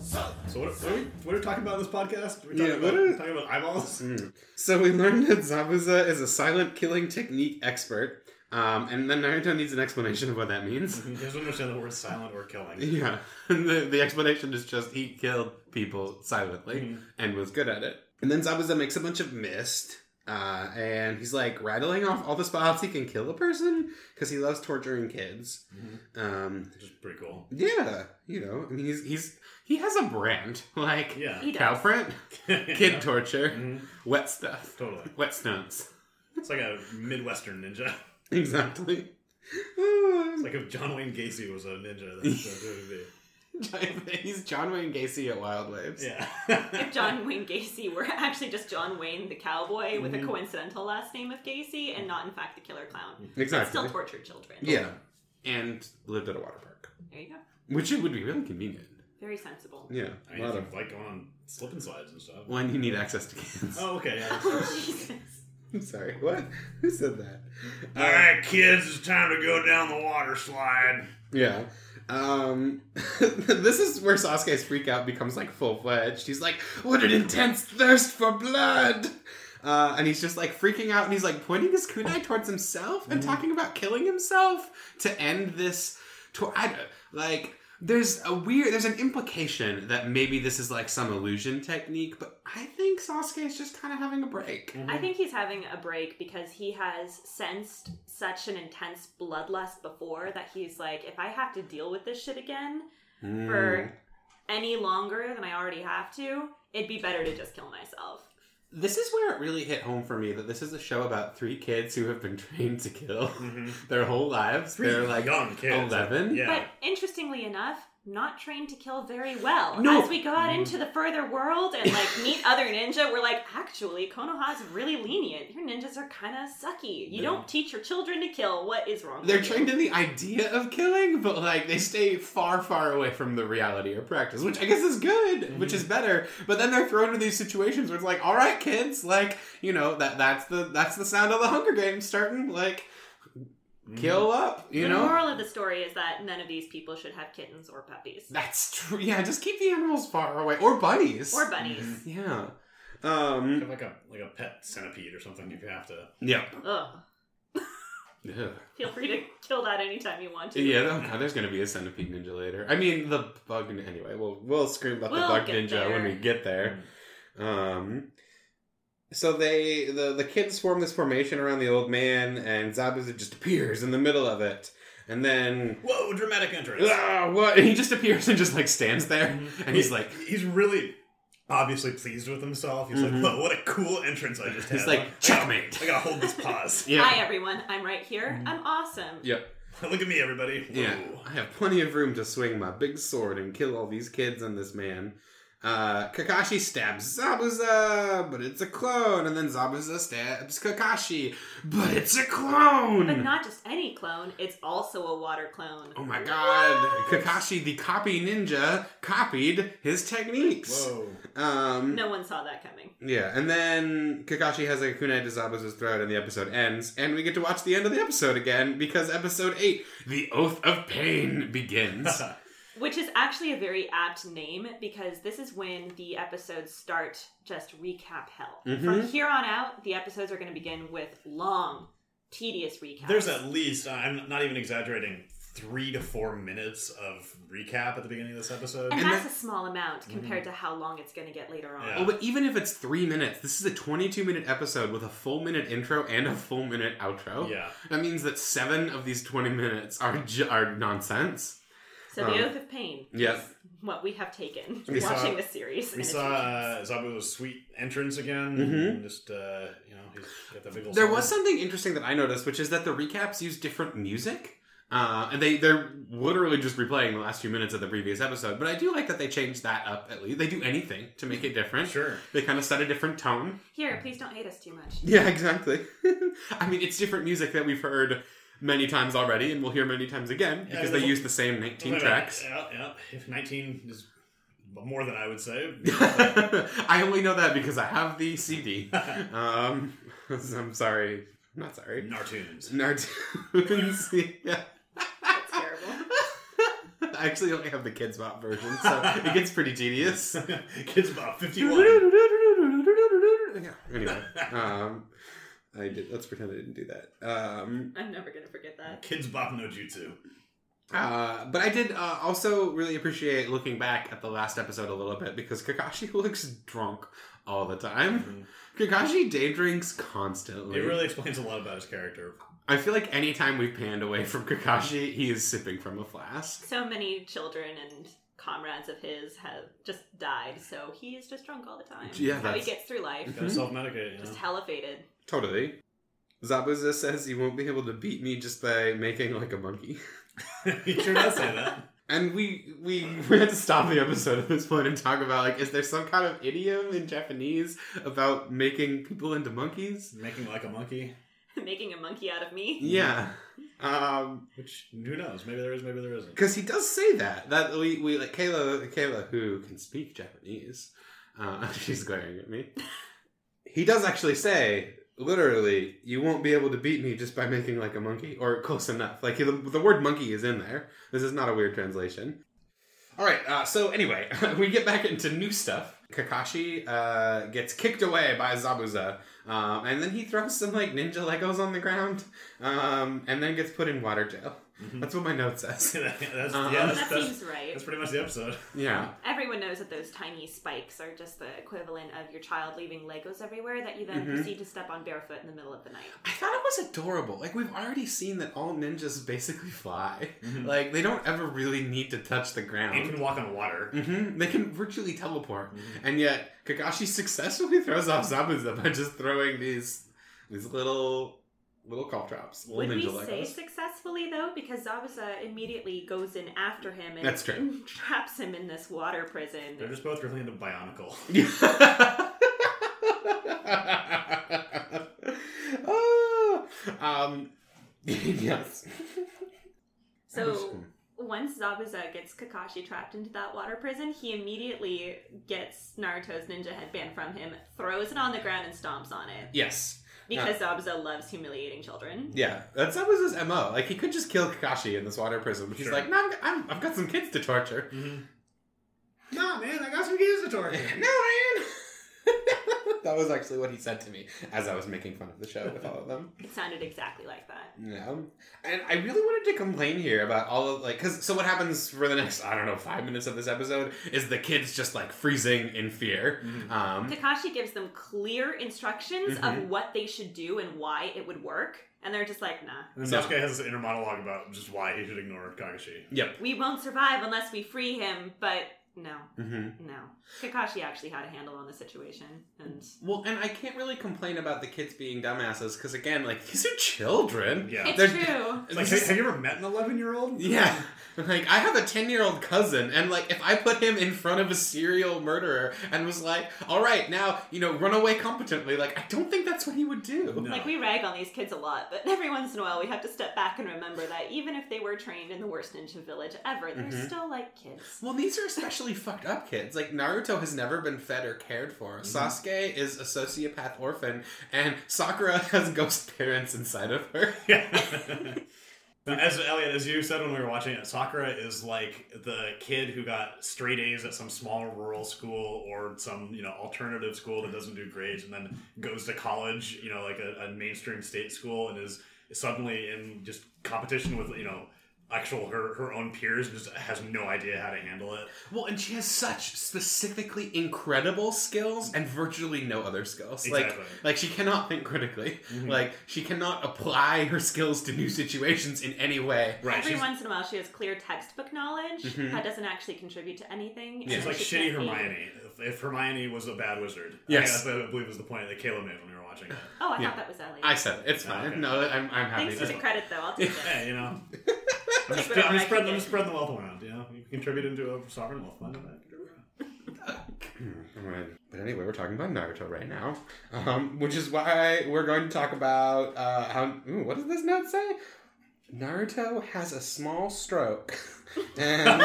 [SPEAKER 3] So what, what, are we, what are we talking about in this podcast? We're talking,
[SPEAKER 1] Yeah, what
[SPEAKER 3] about,
[SPEAKER 1] are-
[SPEAKER 3] talking about eyeballs.
[SPEAKER 1] Mm. So we learned that Zabuza is a silent killing technique expert, um, and then Naruto needs an explanation of what that means.
[SPEAKER 3] He doesn't understand the word silent or killing.
[SPEAKER 1] Yeah, the, the explanation is just he killed people silently
[SPEAKER 3] Mhm.
[SPEAKER 1] and was good at it. And then Zabuza makes a bunch of mist, uh, and he's like rattling off all the spots he can kill a person because he loves torturing kids.
[SPEAKER 3] Mhm.
[SPEAKER 1] Um,
[SPEAKER 3] Which is pretty cool.
[SPEAKER 1] yeah, you know, I mean, he's he's he has a brand like
[SPEAKER 3] Yeah.
[SPEAKER 2] He
[SPEAKER 1] cow
[SPEAKER 2] does.
[SPEAKER 1] print, kid
[SPEAKER 3] Yeah.
[SPEAKER 1] torture,
[SPEAKER 3] Mhm.
[SPEAKER 1] wet stuff,
[SPEAKER 3] Totally.
[SPEAKER 1] wet stones.
[SPEAKER 3] It's like a Midwestern ninja.
[SPEAKER 1] Exactly.
[SPEAKER 3] It's like if John Wayne Gacy was a ninja, that's what it would be.
[SPEAKER 1] he's John Wayne Gacy at Wild Waves.
[SPEAKER 3] Yeah.
[SPEAKER 2] If John Wayne Gacy were actually just John Wayne the cowboy with a
[SPEAKER 4] Mm-hmm.
[SPEAKER 3] Mhm.
[SPEAKER 2] coincidental last name of Gacy and not in fact the killer clown.
[SPEAKER 1] Exactly.
[SPEAKER 2] Still tortured children.
[SPEAKER 1] yeah, and lived at a water park,
[SPEAKER 2] There you go.
[SPEAKER 1] which it would be really convenient.
[SPEAKER 2] Very sensible.
[SPEAKER 1] Yeah,
[SPEAKER 3] I
[SPEAKER 1] a
[SPEAKER 3] mean,
[SPEAKER 1] lot of
[SPEAKER 3] it's like going on slip and slides and stuff.
[SPEAKER 1] when you need access to kids.
[SPEAKER 3] Oh, okay. Yeah, that's true.
[SPEAKER 2] Oh, Jesus.
[SPEAKER 4] Mm-hmm.
[SPEAKER 1] I'm sorry. What? Who said that?
[SPEAKER 3] All right, kids, it's time to go down the water slide.
[SPEAKER 1] Yeah. Um, this is where Sasuke's freak out becomes like full fledged. He's like, "What an intense thirst for blood!" Uh, and he's just like freaking out and he's like pointing his kunai towards himself and
[SPEAKER 3] Mhm.
[SPEAKER 1] talking about killing himself to end this. To- I, like, there's a weird, there's an implication that maybe this is like some illusion technique, but I think Sasuke is just kind of having a break.
[SPEAKER 3] Mhm.
[SPEAKER 2] I think he's having a break because he has sensed such an intense bloodlust before that he's like, if I have to deal with this shit again
[SPEAKER 1] Mm.
[SPEAKER 2] for any longer than I already have to, it'd be better to just kill myself.
[SPEAKER 1] This is where it really hit home for me that this is a show about three kids who have been trained to kill
[SPEAKER 3] Mhm.
[SPEAKER 1] their whole lives. they They're like
[SPEAKER 3] young kids.
[SPEAKER 1] 11?
[SPEAKER 3] Yeah.
[SPEAKER 2] But interestingly enough, not trained to kill very well.
[SPEAKER 1] No. Mm.
[SPEAKER 2] As we go out into the further world and like meet other ninja, we're like, actually, Konoha's really lenient. Your ninjas are kind of sucky. You
[SPEAKER 1] Yeah.
[SPEAKER 2] don't teach your children to kill. What is wrong?
[SPEAKER 1] They're
[SPEAKER 2] with you?
[SPEAKER 1] trained in the idea of killing, but like they stay far, far away from the reality or practice, which I guess is good, which is better. But then they're thrown into these situations where it's like, all right, kids, like you know that that's the that's the sound of the Hunger Games starting, like
[SPEAKER 3] Mm-hmm.
[SPEAKER 1] kill up, you
[SPEAKER 2] the
[SPEAKER 1] know.
[SPEAKER 2] moral of the story is that none of these people should have kittens or puppies
[SPEAKER 1] That's true. Yeah, just keep the animals far away or bunnies.
[SPEAKER 2] or bunnies.
[SPEAKER 3] Mhm.
[SPEAKER 1] yeah. Um.
[SPEAKER 3] Have like a like a pet centipede or something if you have to.
[SPEAKER 1] Yeah.
[SPEAKER 2] Ugh.
[SPEAKER 1] Ugh.
[SPEAKER 2] Feel free to kill that anytime you want to.
[SPEAKER 1] Yeah, oh god, there's gonna be a centipede ninja later. I mean, the bug. Anyway, we'll we'll scream about the
[SPEAKER 2] We'll
[SPEAKER 1] bug
[SPEAKER 2] get
[SPEAKER 1] ninja
[SPEAKER 2] there. Mm-hmm.
[SPEAKER 1] when we get there. Um, so they the the kids form this formation around the old man, and Zabuza just appears in the middle of it, and then
[SPEAKER 3] Whoa! Dramatic entrance.
[SPEAKER 1] ah, what? He just appears and just like stands there, and he's like.
[SPEAKER 3] he's really obviously pleased with himself. He's
[SPEAKER 1] Mhm.
[SPEAKER 3] like, whoa, what a cool entrance I just had.
[SPEAKER 1] He's like,
[SPEAKER 3] I gotta-
[SPEAKER 1] checkmate.
[SPEAKER 3] I gotta hold this pause.
[SPEAKER 1] Yeah. Mm-hmm.
[SPEAKER 2] Hi everyone, I'm right here. I'm awesome.
[SPEAKER 1] Yep.
[SPEAKER 3] Look at me, everybody. Whoa.
[SPEAKER 1] Yeah, I have plenty of room to swing my big sword and kill all these kids and this man. Uh, Kakashi stabs Zabuza, but it's a clone, and then Zabuza stabs Kakashi, but it's a clone.
[SPEAKER 2] But not just any clone, it's also a water clone.
[SPEAKER 1] Hmm. oh my god! Kakashi, the copy ninja, copied his techniques.
[SPEAKER 3] Whoa.
[SPEAKER 1] Um,
[SPEAKER 2] No one saw that coming.
[SPEAKER 1] Yeah, and then Kakashi has a kunai to Zabuza's throat, and the episode ends, and we get to watch the end of the episode again because episode eight, the Oath of Pain,
[SPEAKER 4] Mm-hmm.
[SPEAKER 1] begins.
[SPEAKER 2] Which is actually a very apt name because this is when the episodes start just recap hell. From
[SPEAKER 1] Mhm.
[SPEAKER 2] here on out, the episodes are going to begin with long, tedious recaps.
[SPEAKER 3] There's at least, I'm not even exaggerating, three to four minutes of recap at the beginning of this episode.
[SPEAKER 2] and,
[SPEAKER 1] And
[SPEAKER 2] that's
[SPEAKER 1] that-
[SPEAKER 2] a small amount compared to how long it's going to get later on.
[SPEAKER 3] Yeah.
[SPEAKER 1] Mm-hmm. Oh, but even if it's three minutes, this is a 22 minute episode with a full minute intro and a full minute outro.
[SPEAKER 3] Yeah.
[SPEAKER 1] That means that seven of these 20 minutes are ju- are nonsense.
[SPEAKER 2] So the
[SPEAKER 1] Um,
[SPEAKER 2] oath of pain.
[SPEAKER 1] yeah.
[SPEAKER 2] is What we have taken
[SPEAKER 3] We saw-
[SPEAKER 2] watching this series.
[SPEAKER 3] We
[SPEAKER 2] and
[SPEAKER 3] saw
[SPEAKER 2] achievements.
[SPEAKER 3] uh, Zabu's sweet entrance again.
[SPEAKER 1] Mhm.
[SPEAKER 3] And just, uh, you know, he's got that big old.
[SPEAKER 1] There was something interesting that I noticed, which is that the recaps use different music. Uh, and they, they're literally just replaying the last few minutes of the previous episode. But I do like that they changed that up at least. They do anything to make it different.
[SPEAKER 3] Sure.
[SPEAKER 1] They kind of set a different tone.
[SPEAKER 2] Here, please don't hate us too much.
[SPEAKER 1] Yeah, exactly. I mean, it's different music that we've heard many times already, and we'll hear many times again
[SPEAKER 3] Yeah,
[SPEAKER 1] because
[SPEAKER 3] there's
[SPEAKER 1] they
[SPEAKER 3] a-
[SPEAKER 1] use the same 19 tracks.
[SPEAKER 3] Yeah, yeah. If 19 is more than I would say.
[SPEAKER 1] I only know that because I have the CD. Um, I'm sorry. I'm not sorry.
[SPEAKER 3] Nartoons.
[SPEAKER 1] Nartoons. yeah.
[SPEAKER 2] That's terrible.
[SPEAKER 1] I actually only have the Kids Bop version, so it gets pretty tedious.
[SPEAKER 3] Kids Bop 51.
[SPEAKER 1] Yeah. Anyway, um, I did, let's pretend I didn't do that. Um,
[SPEAKER 2] I'm never going to forget that.
[SPEAKER 3] Kids Bop no jutsu.
[SPEAKER 1] Uh, but I did uh, also really appreciate looking back at the last episode a little bit because Kakashi looks drunk all the time. Kakashi day drinks constantly.
[SPEAKER 3] It really explains a lot about his character.
[SPEAKER 1] I feel like anytime we've panned away from Kakashi, he is sipping from a flask.
[SPEAKER 2] So many children and comrades of his have just died, so he is just drunk all the time.
[SPEAKER 1] Yeah,
[SPEAKER 2] how he
[SPEAKER 1] that's-
[SPEAKER 2] gets through life.
[SPEAKER 3] Gotta self medicate, you know?
[SPEAKER 2] Mm-hmm. Just elevated.
[SPEAKER 1] Totally. Zabuza says he won't be able to beat me just by making like a monkey.
[SPEAKER 3] he sure does say that.
[SPEAKER 1] And we we we had to stop the episode at this point and talk about like is there some kind of idiom in Japanese about making people into monkeys?
[SPEAKER 3] Making like a monkey.
[SPEAKER 2] Making a monkey out of me.
[SPEAKER 1] Yeah. Um
[SPEAKER 3] Which, who knows? Maybe there is, maybe there isn't.
[SPEAKER 1] Because he does say that that we we like Kayla Kayla who can speak Japanese. Uh, she's glaring at me. He does actually say literally, "You won't be able to beat me just by making like a monkey or close enough." Like the, the word "monkey" is in there. This is not a weird translation. All right. Uh, so anyway, we get back into new stuff. Kakashi uh, gets kicked away by Zabuza, um, and then he throws some like ninja Legos on the ground, um, and then gets put in water jail. That's what my note says.
[SPEAKER 3] that's,
[SPEAKER 1] Uh-huh.
[SPEAKER 3] yeah, that's,
[SPEAKER 2] That
[SPEAKER 3] that's,
[SPEAKER 2] seems right.
[SPEAKER 3] that's pretty much the episode.
[SPEAKER 1] Yeah.
[SPEAKER 2] Everyone knows that those tiny spikes are just the equivalent of your child leaving Legos everywhere that you then
[SPEAKER 1] Mhm.
[SPEAKER 2] proceed to step on barefoot in the middle of the night.
[SPEAKER 1] I thought it was adorable. Like we've already seen that all ninjas basically fly.
[SPEAKER 3] Mhm.
[SPEAKER 1] Like they don't ever really need to touch the
[SPEAKER 3] You
[SPEAKER 1] ground.
[SPEAKER 3] can walk on water.
[SPEAKER 1] hmm They can virtually teleport,
[SPEAKER 2] Mm-hmm.
[SPEAKER 1] and yet Kakashi successfully throws off Zabuza by just throwing these these little little caltrops,
[SPEAKER 2] Would
[SPEAKER 1] little
[SPEAKER 2] we
[SPEAKER 1] ninja
[SPEAKER 2] say
[SPEAKER 1] Legos.
[SPEAKER 2] successfully though? Because Zabuza immediately goes in after him and,
[SPEAKER 1] That's true.
[SPEAKER 2] and traps him in this water prison.
[SPEAKER 3] They're just both really into Bionicle.
[SPEAKER 1] Ah. um, yes.
[SPEAKER 2] So once Zabuza gets Kakashi trapped into that water prison, he immediately gets Naruto's ninja headband from him, throws it on the ground, and stomps on it.
[SPEAKER 1] yes.
[SPEAKER 2] Because Zabuza loves humiliating children.
[SPEAKER 1] Yeah, that's that was his mo. Like he could just kill Kakashi in this water prison, but he's
[SPEAKER 3] Sure.
[SPEAKER 1] like, no, I'm, I'm, I've got some kids to torture.
[SPEAKER 2] Mm-hmm.
[SPEAKER 3] Nah, man, I got some keys to
[SPEAKER 1] no,
[SPEAKER 3] torture.
[SPEAKER 1] man. that was actually what he said to me as I was making fun of the show with all of them.
[SPEAKER 2] It sounded exactly like that.
[SPEAKER 1] No, and I really wanted to complain here about all of like, because so what happens for the next I don't know five minutes of this episode is the kids just like freezing in fear. Um,
[SPEAKER 2] Takashi gives them clear instructions
[SPEAKER 1] Mhm.
[SPEAKER 2] of what they should do and why it would work, and they're just like, nah.
[SPEAKER 3] And
[SPEAKER 1] No.
[SPEAKER 3] Sasuke has this inner monologue about just why he should ignore Kakashi.
[SPEAKER 1] yep.
[SPEAKER 2] We won't survive unless we free him, but no,
[SPEAKER 1] Mm-hmm.
[SPEAKER 2] no. Kakashi actually had a handle on the situation, and
[SPEAKER 1] Well, and I can't really complain about the kids being dumbasses because again, like these are children.
[SPEAKER 3] Yeah.
[SPEAKER 2] it's
[SPEAKER 1] They're-
[SPEAKER 2] true.
[SPEAKER 3] It's like, have, have you ever met an 11 year old?
[SPEAKER 1] Yeah. Like I have a 10-year-old cousin and like if I put him in front of a serial murderer and was like, "All right, now, you know, run away competently." Like I don't think that's what he would do.
[SPEAKER 3] No.
[SPEAKER 2] Like we rag on these kids a lot, but every once in a while we have to step back and remember that even if they were trained in the worst ninja village ever, they're
[SPEAKER 1] Mhm.
[SPEAKER 2] still like kids.
[SPEAKER 1] Well, these are especially fucked up kids. Like Naruto has never been fed or cared for. Sasuke is a sociopath orphan and Sakura has ghost parents inside of her.
[SPEAKER 3] Yeah. Now, as Elliot, as you said when we were watching it, Sakura is like the kid who got straight A's at some small rural school or some you know alternative school that doesn't do grades, and then goes to college, you know, like a, a mainstream state school, and is suddenly in just competition with you know actual her her own peers, and just has no idea how to handle it.
[SPEAKER 1] Well, and she has such specifically incredible skills and virtually no other skills.
[SPEAKER 3] Exactly.
[SPEAKER 1] Like, like she cannot think critically.
[SPEAKER 3] Mhm.
[SPEAKER 1] Like she cannot apply her skills to new situations in any way.
[SPEAKER 3] Right?
[SPEAKER 2] Every
[SPEAKER 3] She's,
[SPEAKER 2] once in a while, she has clear textbook knowledge
[SPEAKER 1] Mhm.
[SPEAKER 2] that doesn't actually contribute to
[SPEAKER 1] Yeah.
[SPEAKER 2] anything. and
[SPEAKER 3] she's like
[SPEAKER 2] she
[SPEAKER 3] shitty
[SPEAKER 2] can't be-
[SPEAKER 3] Hermione. If, if Hermione was a bad wizard,
[SPEAKER 1] Yes.
[SPEAKER 3] I, guess I believe was the point that Caleb made when we were watching it.
[SPEAKER 2] Oh, I
[SPEAKER 1] Yeah.
[SPEAKER 2] thought that was Elliot.
[SPEAKER 1] I said it. It's
[SPEAKER 3] Oh,
[SPEAKER 1] fine.
[SPEAKER 3] okay.
[SPEAKER 1] No, I'm, I'm happy.
[SPEAKER 2] Thanks for
[SPEAKER 1] with
[SPEAKER 2] the
[SPEAKER 1] it.
[SPEAKER 2] credit, though. I'll take it.
[SPEAKER 3] Hey, you know. I'm
[SPEAKER 2] Take
[SPEAKER 3] just,
[SPEAKER 2] whatever
[SPEAKER 3] I'm,
[SPEAKER 2] I can
[SPEAKER 3] just spreading, I'm
[SPEAKER 2] get.
[SPEAKER 3] just spreading the wealth around, you know? You can contribute into a sovereign wealth fund. and I contribute around.
[SPEAKER 1] Alright. But anyway, we're talking about Naruto right now, um, which is why we're going to talk about uh, how. Ooh, what does this note say? Naruto has a small stroke, and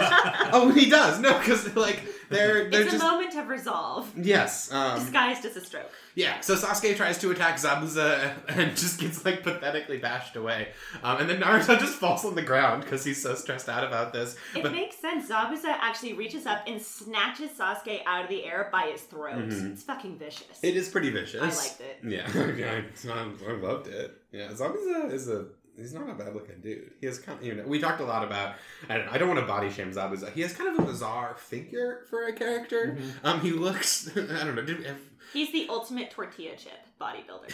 [SPEAKER 1] oh, he does. No, because like they're they're
[SPEAKER 2] It's
[SPEAKER 1] just
[SPEAKER 2] a moment of resolve,
[SPEAKER 1] yes. Um,
[SPEAKER 2] disguised as a stroke.
[SPEAKER 1] Yeah, so Sasuke tries to attack Zabuza and just gets like pathetically bashed away. Um, and then Naruto just falls on the ground because he's so stressed out about this.
[SPEAKER 2] It
[SPEAKER 1] But
[SPEAKER 2] makes sense. Zabuza actually reaches up and snatches Sasuke out of the air by his throat.
[SPEAKER 1] Mhm.
[SPEAKER 2] It's fucking vicious.
[SPEAKER 1] it is pretty vicious.
[SPEAKER 2] I liked it.
[SPEAKER 1] Yeah, yeah, it's not- I loved it. Yeah, Zabuza is a he's not a bad looking dude. He has kind of, you know we talked a lot about I don't, I don't want to body shame Zabuza. He has kind of a bizarre figure for a character.
[SPEAKER 2] Mm-hmm.
[SPEAKER 1] Um, he looks I don't know. Did, if,
[SPEAKER 2] He's the ultimate tortilla chip bodybuilder.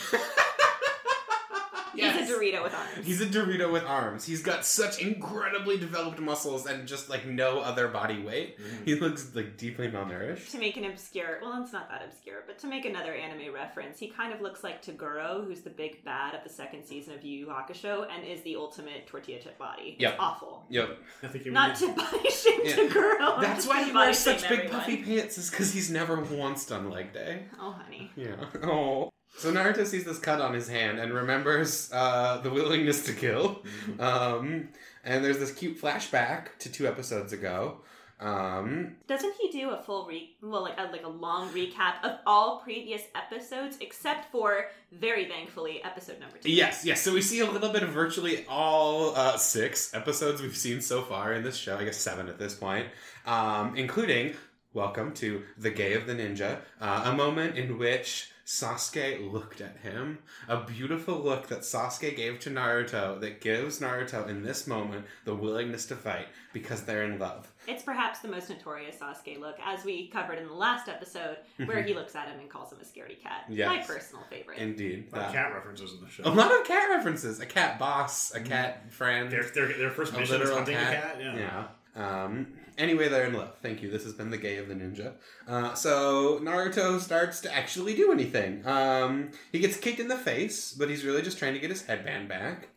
[SPEAKER 1] Yes.
[SPEAKER 2] He's a Dorito with arms.
[SPEAKER 1] He's a Dorito with arms. He's got such incredibly developed muscles and just like no other body weight. He looks like deeply malnourished.
[SPEAKER 2] to make an obscure, well, it's not that obscure, but to make another anime reference, he kind of looks like Taguro, who's the big bad of the second season of Yu Yu Hakusho, and is the ultimate tortilla chip body. It's
[SPEAKER 1] Yeah.
[SPEAKER 2] awful.
[SPEAKER 1] Yep.
[SPEAKER 3] I think you
[SPEAKER 2] Not
[SPEAKER 3] would
[SPEAKER 2] to body shame
[SPEAKER 1] Yeah.
[SPEAKER 2] Taguro. I'm
[SPEAKER 1] That's
[SPEAKER 2] just
[SPEAKER 1] why
[SPEAKER 2] gonna
[SPEAKER 1] he
[SPEAKER 2] body
[SPEAKER 1] wears such
[SPEAKER 2] shame
[SPEAKER 1] big
[SPEAKER 2] everyone.
[SPEAKER 1] puffy pants, is because he's never once done leg day.
[SPEAKER 2] Oh, honey.
[SPEAKER 1] Yeah. Oh. So Naruto sees this cut on his hand and remembers uh, the willingness Mm-hmm. to kill. Um, and there's this cute flashback to two episodes ago Um,
[SPEAKER 2] Doesn't he do a full re well like a, like a long recap of all previous episodes except for very thankfully episode number two?
[SPEAKER 1] yes, yes. So we see a little bit of virtually all uh, six episodes we've seen so far in this show. I guess seven at this point, um, including Welcome to the Gay of the Ninja, uh, a moment in which Sasuke looked at him. A beautiful look that Sasuke gave to Naruto that gives Naruto in this moment the willingness to fight because they're in love.
[SPEAKER 2] It's perhaps the most notorious Sasuke look, as we covered in the last episode, where
[SPEAKER 3] Mm-hmm.
[SPEAKER 2] he looks at him and calls him a scaredy cat. My
[SPEAKER 1] Yes.
[SPEAKER 2] personal favorite.
[SPEAKER 1] Indeed.
[SPEAKER 3] A lot of
[SPEAKER 1] that-
[SPEAKER 3] cat references in the show.
[SPEAKER 1] A lot of cat references. A cat boss, a
[SPEAKER 3] Mm-hmm.
[SPEAKER 1] cat friend.
[SPEAKER 3] Their, their, their first
[SPEAKER 1] A
[SPEAKER 3] mission is
[SPEAKER 1] literal
[SPEAKER 3] hunting
[SPEAKER 1] cat?
[SPEAKER 3] a cat. Yeah.
[SPEAKER 1] Yeah. Um, anyway, they're in love. Thank you. This has been the gay of the ninja. Uh, so Naruto starts to actually do anything. Um, he gets kicked in the face, but he's really just trying to get his headband back.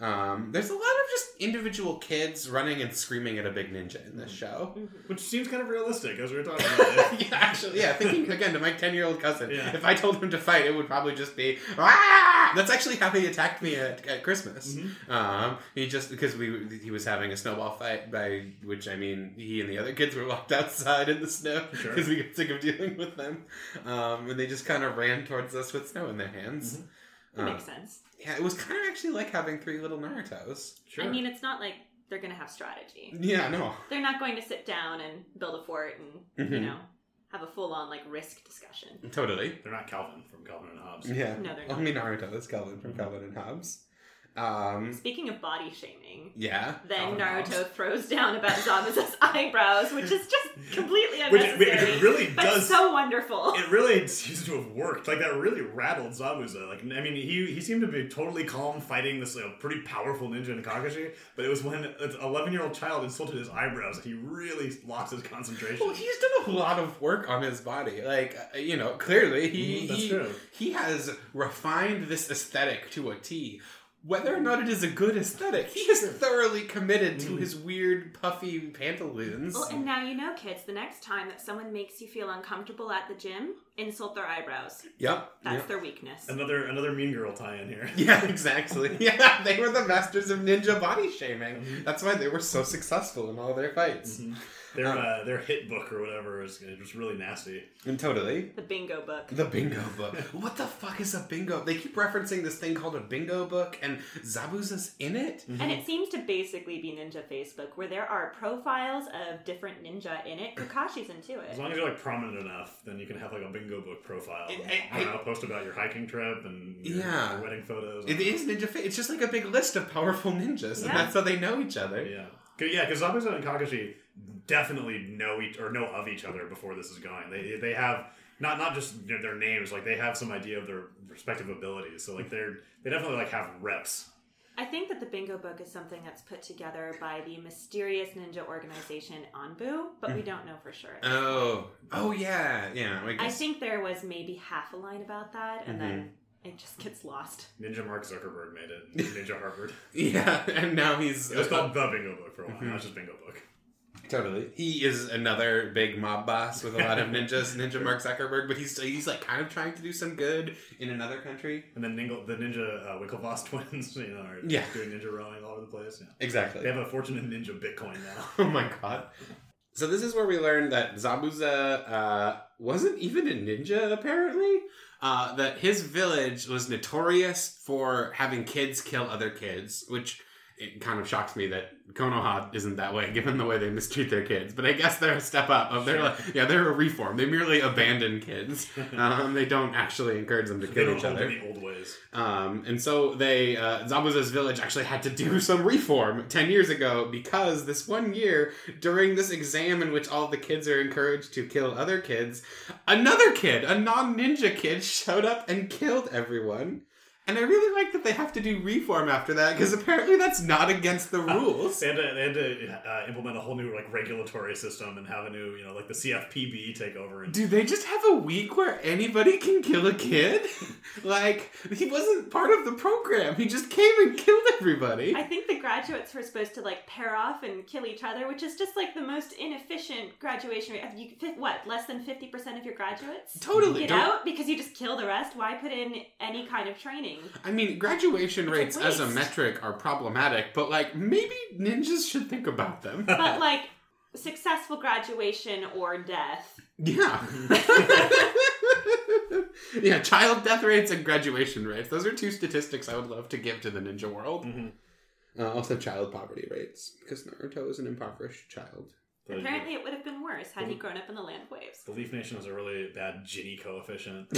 [SPEAKER 1] Um, there's a lot of just individual kids running and screaming at a big ninja in this show.
[SPEAKER 2] Mhm.
[SPEAKER 3] Which seems kind of realistic as we were talking about it.
[SPEAKER 1] yeah, actually, yeah. Thinking again to my ten-year-old cousin,
[SPEAKER 3] Yeah.
[SPEAKER 1] if I told him to fight, it would probably just be ah. That's actually how he attacked me at, at Christmas.
[SPEAKER 3] Mhm.
[SPEAKER 1] Um, he just because we he was having a snowball fight, by which I mean he and the other kids were locked outside in the snow
[SPEAKER 3] Sure.
[SPEAKER 1] because we got sick of dealing with them, um, and they just kind of ran towards us with snow in their hands.
[SPEAKER 2] That
[SPEAKER 1] Uh,
[SPEAKER 2] makes sense.
[SPEAKER 1] yeah, it was kind of actually like having three little Naruto's.
[SPEAKER 3] Sure.
[SPEAKER 2] I mean, it's not like they're going to have strategy.
[SPEAKER 1] Yeah, no,
[SPEAKER 2] They're not going to sit down and build a fort and, you
[SPEAKER 3] Mm-hmm.
[SPEAKER 1] Mhm.
[SPEAKER 2] know, have a full on like risk discussion.
[SPEAKER 1] totally.
[SPEAKER 3] They're not Calvin from Calvin and Hobbes.
[SPEAKER 1] Yeah,
[SPEAKER 2] No,
[SPEAKER 3] Oh,
[SPEAKER 2] they're not.
[SPEAKER 1] only Naruto. That's Calvin from
[SPEAKER 3] Mhm.
[SPEAKER 1] Calvin and Hobbes. Um,
[SPEAKER 2] Speaking of body shaming,
[SPEAKER 1] yeah.
[SPEAKER 2] then
[SPEAKER 3] hmm. Oh,
[SPEAKER 2] Naruto
[SPEAKER 3] no.
[SPEAKER 2] throws down about Zamaza's eyebrows, which is just completely
[SPEAKER 3] Which
[SPEAKER 2] unnecessary.
[SPEAKER 3] it, it really
[SPEAKER 2] but
[SPEAKER 3] does.
[SPEAKER 2] so wonderful.
[SPEAKER 3] it really seems to have worked. Like that really rattled Zabuza. Like I mean, he he seemed to be totally calm fighting this you know, pretty powerful ninja in Kakashi. But it was when an eleven year old child insulted his eyebrows that he really lost his concentration.
[SPEAKER 1] Well, he's done a lot of work on his body. Like, uh, you know, clearly he
[SPEAKER 3] Mhm, that's
[SPEAKER 1] he,
[SPEAKER 3] true.
[SPEAKER 1] he has refined this aesthetic to a T. Whether or not it is a good aesthetic, he is
[SPEAKER 3] Sure.
[SPEAKER 1] thoroughly committed to
[SPEAKER 3] Mhm.
[SPEAKER 1] his weird puffy pantaloons.
[SPEAKER 2] Well, Oh, and now you know, kids, the next time that someone makes you feel uncomfortable at the gym, insult their eyebrows.
[SPEAKER 1] yep.
[SPEAKER 2] That's
[SPEAKER 1] yep.
[SPEAKER 2] their weakness.
[SPEAKER 3] Another another mean girl tie in here.
[SPEAKER 1] yeah, exactly. Yeah, they were the masters of ninja body shaming.
[SPEAKER 3] Mhm.
[SPEAKER 1] That's why they were so successful in all their fights.
[SPEAKER 3] Mhm. Their uh, their hit book or whatever is uh, just really nasty.
[SPEAKER 1] And totally.
[SPEAKER 2] The bingo book.
[SPEAKER 1] The bingo book. What the fuck is a bingo? They keep referencing this thing called a bingo book, and Zabuza's in it.
[SPEAKER 3] Mm-hmm.
[SPEAKER 2] And it seems to basically be Ninja Facebook, where there are profiles of different ninja in it. Kakashi's into
[SPEAKER 3] As
[SPEAKER 2] it.
[SPEAKER 3] long as you're like prominent enough, then you can have like a bingo book profile.
[SPEAKER 1] It-
[SPEAKER 3] and,
[SPEAKER 1] I-
[SPEAKER 3] I, don't know, post about your hiking trip and your
[SPEAKER 1] Yeah.
[SPEAKER 3] wedding photos.
[SPEAKER 1] It is ninja. Fa- it's just like a big list of powerful ninjas,
[SPEAKER 2] Yeah.
[SPEAKER 1] and that's how they know each other.
[SPEAKER 3] Yeah, 'Cause- yeah, because Zabuza and Kakashi definitely know each or know of each other before this is going. They they have not not just you know, their names, like they have some idea of their respective abilities. So like they're they definitely like have reps.
[SPEAKER 2] I think that the bingo book is something that's put together by the mysterious ninja organization Anbu, but we don't know for sure. at this
[SPEAKER 1] Oh, oh yeah, yeah. Mm-hmm. I
[SPEAKER 2] I
[SPEAKER 1] guess. Mm-hmm.
[SPEAKER 2] think there was maybe half a line about that, and then it just gets lost.
[SPEAKER 3] Ninja Mark Zuckerberg made it. Ninja Harvard.
[SPEAKER 1] yeah, and now he's
[SPEAKER 3] It was
[SPEAKER 1] uh,
[SPEAKER 3] called the bingo book for a while.
[SPEAKER 1] Mhm.
[SPEAKER 3] Now it's just bingo book.
[SPEAKER 1] totally. He is another big mob boss with a lot of ninjas, Ninja Mark Zuckerberg. But he's he's like kind of trying to do some good in another country.
[SPEAKER 3] And then Ningle, the ninja uh, Winklevoss twins, you know, are
[SPEAKER 1] Yeah.
[SPEAKER 3] doing ninja rowing all over the place. Yeah.
[SPEAKER 1] Exactly.
[SPEAKER 3] They have a fortune in ninja Bitcoin now.
[SPEAKER 1] Oh my god. So this is where we learned that Zabuza uh, wasn't even a ninja, apparently. Uh, that his village was notorious for having kids kill other kids, which it kind of shocks me that Konoha isn't that way, given the way they mistreat their kids. But I guess they're a step up. Of they're
[SPEAKER 3] Sure.
[SPEAKER 1] like, yeah, they're a reform. They merely abandon kids. Um, they don't actually encourage them to
[SPEAKER 3] they
[SPEAKER 1] kill
[SPEAKER 3] don't
[SPEAKER 1] each
[SPEAKER 3] hold to
[SPEAKER 1] other.
[SPEAKER 3] the old ways.
[SPEAKER 1] Um, and so they uh, Zabuza's village actually had to do some reform ten years ago because this one year during this exam in which all the kids are encouraged to kill other kids, another kid, a non ninja kid, showed up and killed everyone. And I really like that they have to do reform after that because apparently that's not against the rules.
[SPEAKER 3] They had to, they had to uh, implement a whole new like regulatory system and have a new, you know, like the CFPB take over. And
[SPEAKER 1] Do they just have a week where anybody can kill a kid? like he wasn't part of the program. He just came and killed everybody.
[SPEAKER 2] I think the graduates were supposed to like pair off and kill each other, which is just like the most inefficient graduation rate. You, fi- what, less than 50% of your graduates?
[SPEAKER 1] totally.
[SPEAKER 2] Get
[SPEAKER 1] don't-
[SPEAKER 2] out because you just kill the rest. Why put in any kind of training?
[SPEAKER 1] I mean, graduation rates as a
[SPEAKER 2] waste.
[SPEAKER 1] metric are problematic, but like maybe ninjas should think about them.
[SPEAKER 2] But like, successful graduation or death.
[SPEAKER 1] Yeah. yeah, child death rates and graduation rates. Those are two statistics I would love to give to the ninja world.
[SPEAKER 3] Mhm.
[SPEAKER 1] Uh, also, child poverty rates, because Naruto is an impoverished child.
[SPEAKER 3] The-
[SPEAKER 2] Apparently, it would have been worse had he grown up in the land waves.
[SPEAKER 3] The Leaf Nation has a really bad Gini coefficient.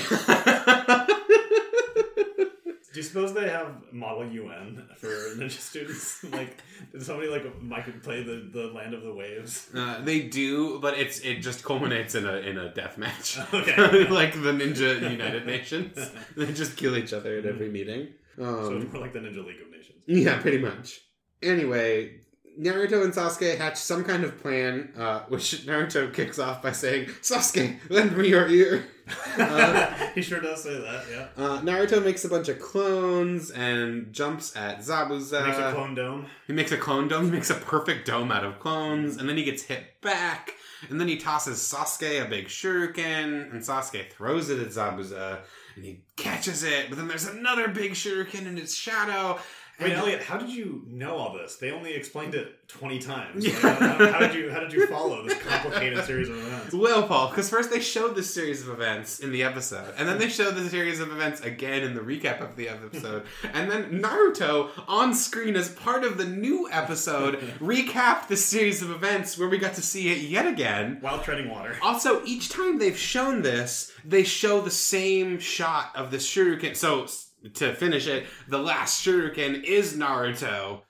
[SPEAKER 3] Do you suppose they have Model UN for ninja students? like, did somebody like might play the, the Land of the Waves?
[SPEAKER 1] Uh, they do, but it's it just culminates in a in a death match,
[SPEAKER 3] Okay.
[SPEAKER 1] like the Ninja United Nations. They just kill each other at every meeting. Um,
[SPEAKER 3] so it's more like the Ninja League of Nations.
[SPEAKER 1] Yeah, pretty much. Anyway, Naruto and Sasuke hatch some kind of plan, uh, which Naruto kicks off by saying, Sasuke, lend me your ear. Uh,
[SPEAKER 3] he sure does say that. Yeah.
[SPEAKER 1] Uh, Naruto makes a bunch of clones and jumps at Zabuza.
[SPEAKER 3] Makes a clone dome.
[SPEAKER 1] He makes a clone dome, he makes a perfect dome out of clones, and then he gets hit back, and then he tosses Sasuke a big shuriken, and Sasuke throws it at Zabuza, and he catches it, but then there's another big shuriken in its shadow.
[SPEAKER 3] Wait,
[SPEAKER 1] and-
[SPEAKER 3] Elliot, how did you know all this? They only explained it twenty times.
[SPEAKER 1] Yeah.
[SPEAKER 3] Like, how, how did you how did you follow this complicated series of events?
[SPEAKER 1] Well, Paul, because first they showed this series of events in the episode, and then they showed the series of events again in the recap of the episode, and then Naruto on screen as part of the new episode recapped the series of events where we got to see it yet again.
[SPEAKER 3] While treading water.
[SPEAKER 1] Also, each time they've shown this, they show the same shot of the shuriken. So, s- to finish it, the last shuriken is Naruto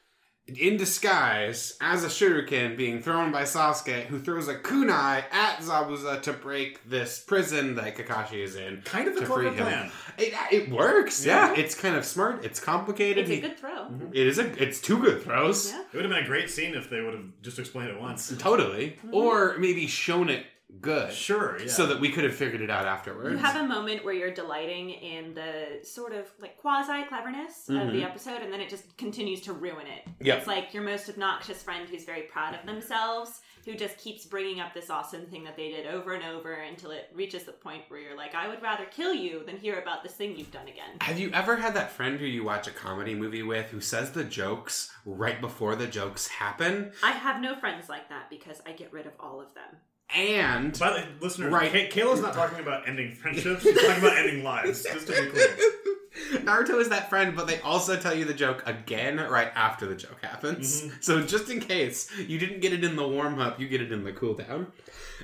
[SPEAKER 1] in disguise as a shuriken being thrown by Sasuke, who throws a kunai at Zabuza to break this prison that Kakashi is in.
[SPEAKER 3] Kind of a
[SPEAKER 1] To free
[SPEAKER 3] clever
[SPEAKER 1] him.
[SPEAKER 3] plan.
[SPEAKER 1] It, it works, yeah.
[SPEAKER 3] Yeah.
[SPEAKER 1] It's kind of smart, it's complicated.
[SPEAKER 2] It's a
[SPEAKER 1] He-
[SPEAKER 2] good throw.
[SPEAKER 1] it is a, it's two good throws.
[SPEAKER 2] Yeah.
[SPEAKER 3] It would have been a great scene if they would have just explained it once.
[SPEAKER 1] Totally.
[SPEAKER 2] Mm-hmm.
[SPEAKER 1] Or maybe shown it good.
[SPEAKER 3] Sure. Yeah.
[SPEAKER 1] So that we could have figured it out afterwards.
[SPEAKER 2] You have a moment where you're delighting in the sort of like quasi cleverness of
[SPEAKER 1] Mm-hmm.
[SPEAKER 2] the episode, and then it just continues to ruin it.
[SPEAKER 1] Yep.
[SPEAKER 2] It's like your most obnoxious friend who's very proud of themselves, who just keeps bringing up this awesome thing that they did over and over until it reaches the point where you're like, I would rather kill you than hear about this thing you've done again.
[SPEAKER 1] Have you ever had that friend who you watch a comedy movie with who says the jokes right before the jokes happen?
[SPEAKER 2] I have no friends like that because I get rid of all of them.
[SPEAKER 1] And
[SPEAKER 3] By the uh, listeners,
[SPEAKER 1] Right.
[SPEAKER 3] right. Kayla's not talking about ending friendships. She's talking about ending lives. Just to be clear.
[SPEAKER 1] Naruto is that friend, but they also tell you the joke again right after the joke happens. So just in case you didn't get it in the warm up, you get it in the cool down.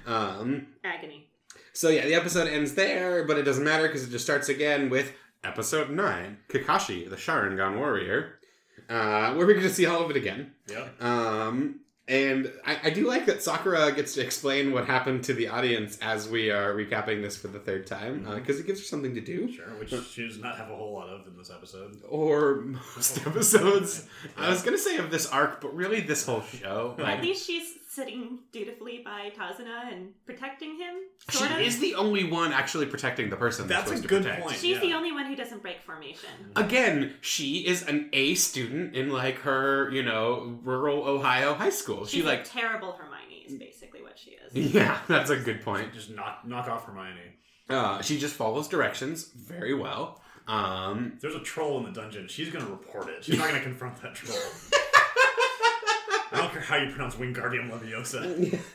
[SPEAKER 1] Um,
[SPEAKER 2] Agony.
[SPEAKER 1] so yeah, the episode ends there, but it doesn't matter because it just starts again with episode nine, Kakashi, the Sharingan warrior, uh, where we get to see all of it again.
[SPEAKER 3] Yep.
[SPEAKER 1] Um, and I, I do like that Sakura gets to explain what happened to the audience as we are recapping this for the third time, because
[SPEAKER 3] Mm-hmm.
[SPEAKER 1] it gives her something to do.
[SPEAKER 3] Sure. Which she does not have a whole lot of in this episode.
[SPEAKER 1] Or most episodes. I was going to say of this arc, but really this whole show.
[SPEAKER 2] At
[SPEAKER 1] Like,
[SPEAKER 2] least she's sitting dutifully by Tazuna and protecting him.
[SPEAKER 1] she
[SPEAKER 2] Sort of.
[SPEAKER 1] is the only one actually protecting the person. they're
[SPEAKER 3] That's a
[SPEAKER 1] supposed to
[SPEAKER 3] good
[SPEAKER 1] protect.
[SPEAKER 3] point.
[SPEAKER 2] She's the
[SPEAKER 3] Yeah.
[SPEAKER 2] only one who doesn't break formation.
[SPEAKER 1] Again, she is an A student in like her, you know, rural Ohio high school.
[SPEAKER 2] She's
[SPEAKER 1] She
[SPEAKER 2] like
[SPEAKER 1] like,
[SPEAKER 2] terrible Hermione is basically what she is.
[SPEAKER 1] yeah, that's a good point.
[SPEAKER 3] Just knock knock off Hermione.
[SPEAKER 1] Uh, she just follows directions very well. Um,
[SPEAKER 3] If there's a troll in the dungeon. She's gonna report it. She's not gonna confront that troll. I don't care how you pronounce Wingardium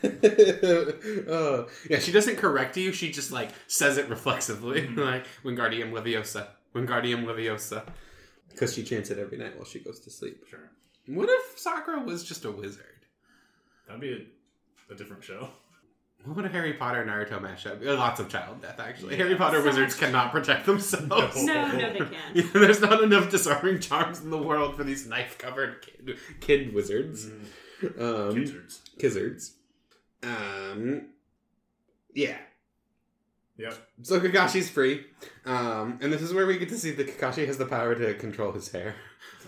[SPEAKER 3] Leviosa.
[SPEAKER 1] oh, yeah, she doesn't correct you. She just like says it reflexively,
[SPEAKER 2] Mm-hmm.
[SPEAKER 1] like Wingardium Leviosa, Wingardium Leviosa, because she chants it every night while she goes to sleep.
[SPEAKER 3] Sure.
[SPEAKER 1] What if Sakura was just a wizard?
[SPEAKER 3] That'd be a, a different show.
[SPEAKER 1] What would a Harry Potter Naruto mashup? Uh, Lots of child death, actually. Harry Potter wizards cannot protect themselves.
[SPEAKER 2] No, no, they can't.
[SPEAKER 1] There's not enough disarming charms in the world for these knife-covered kid, kid wizards.
[SPEAKER 3] Mm-hmm.
[SPEAKER 2] Mm-hmm.
[SPEAKER 1] Um,
[SPEAKER 3] Wizards.
[SPEAKER 1] Kizzards. Um, yeah.
[SPEAKER 3] Yep.
[SPEAKER 1] So Kakashi's free, um, and this is where we get to see that Kakashi has the power to control his hair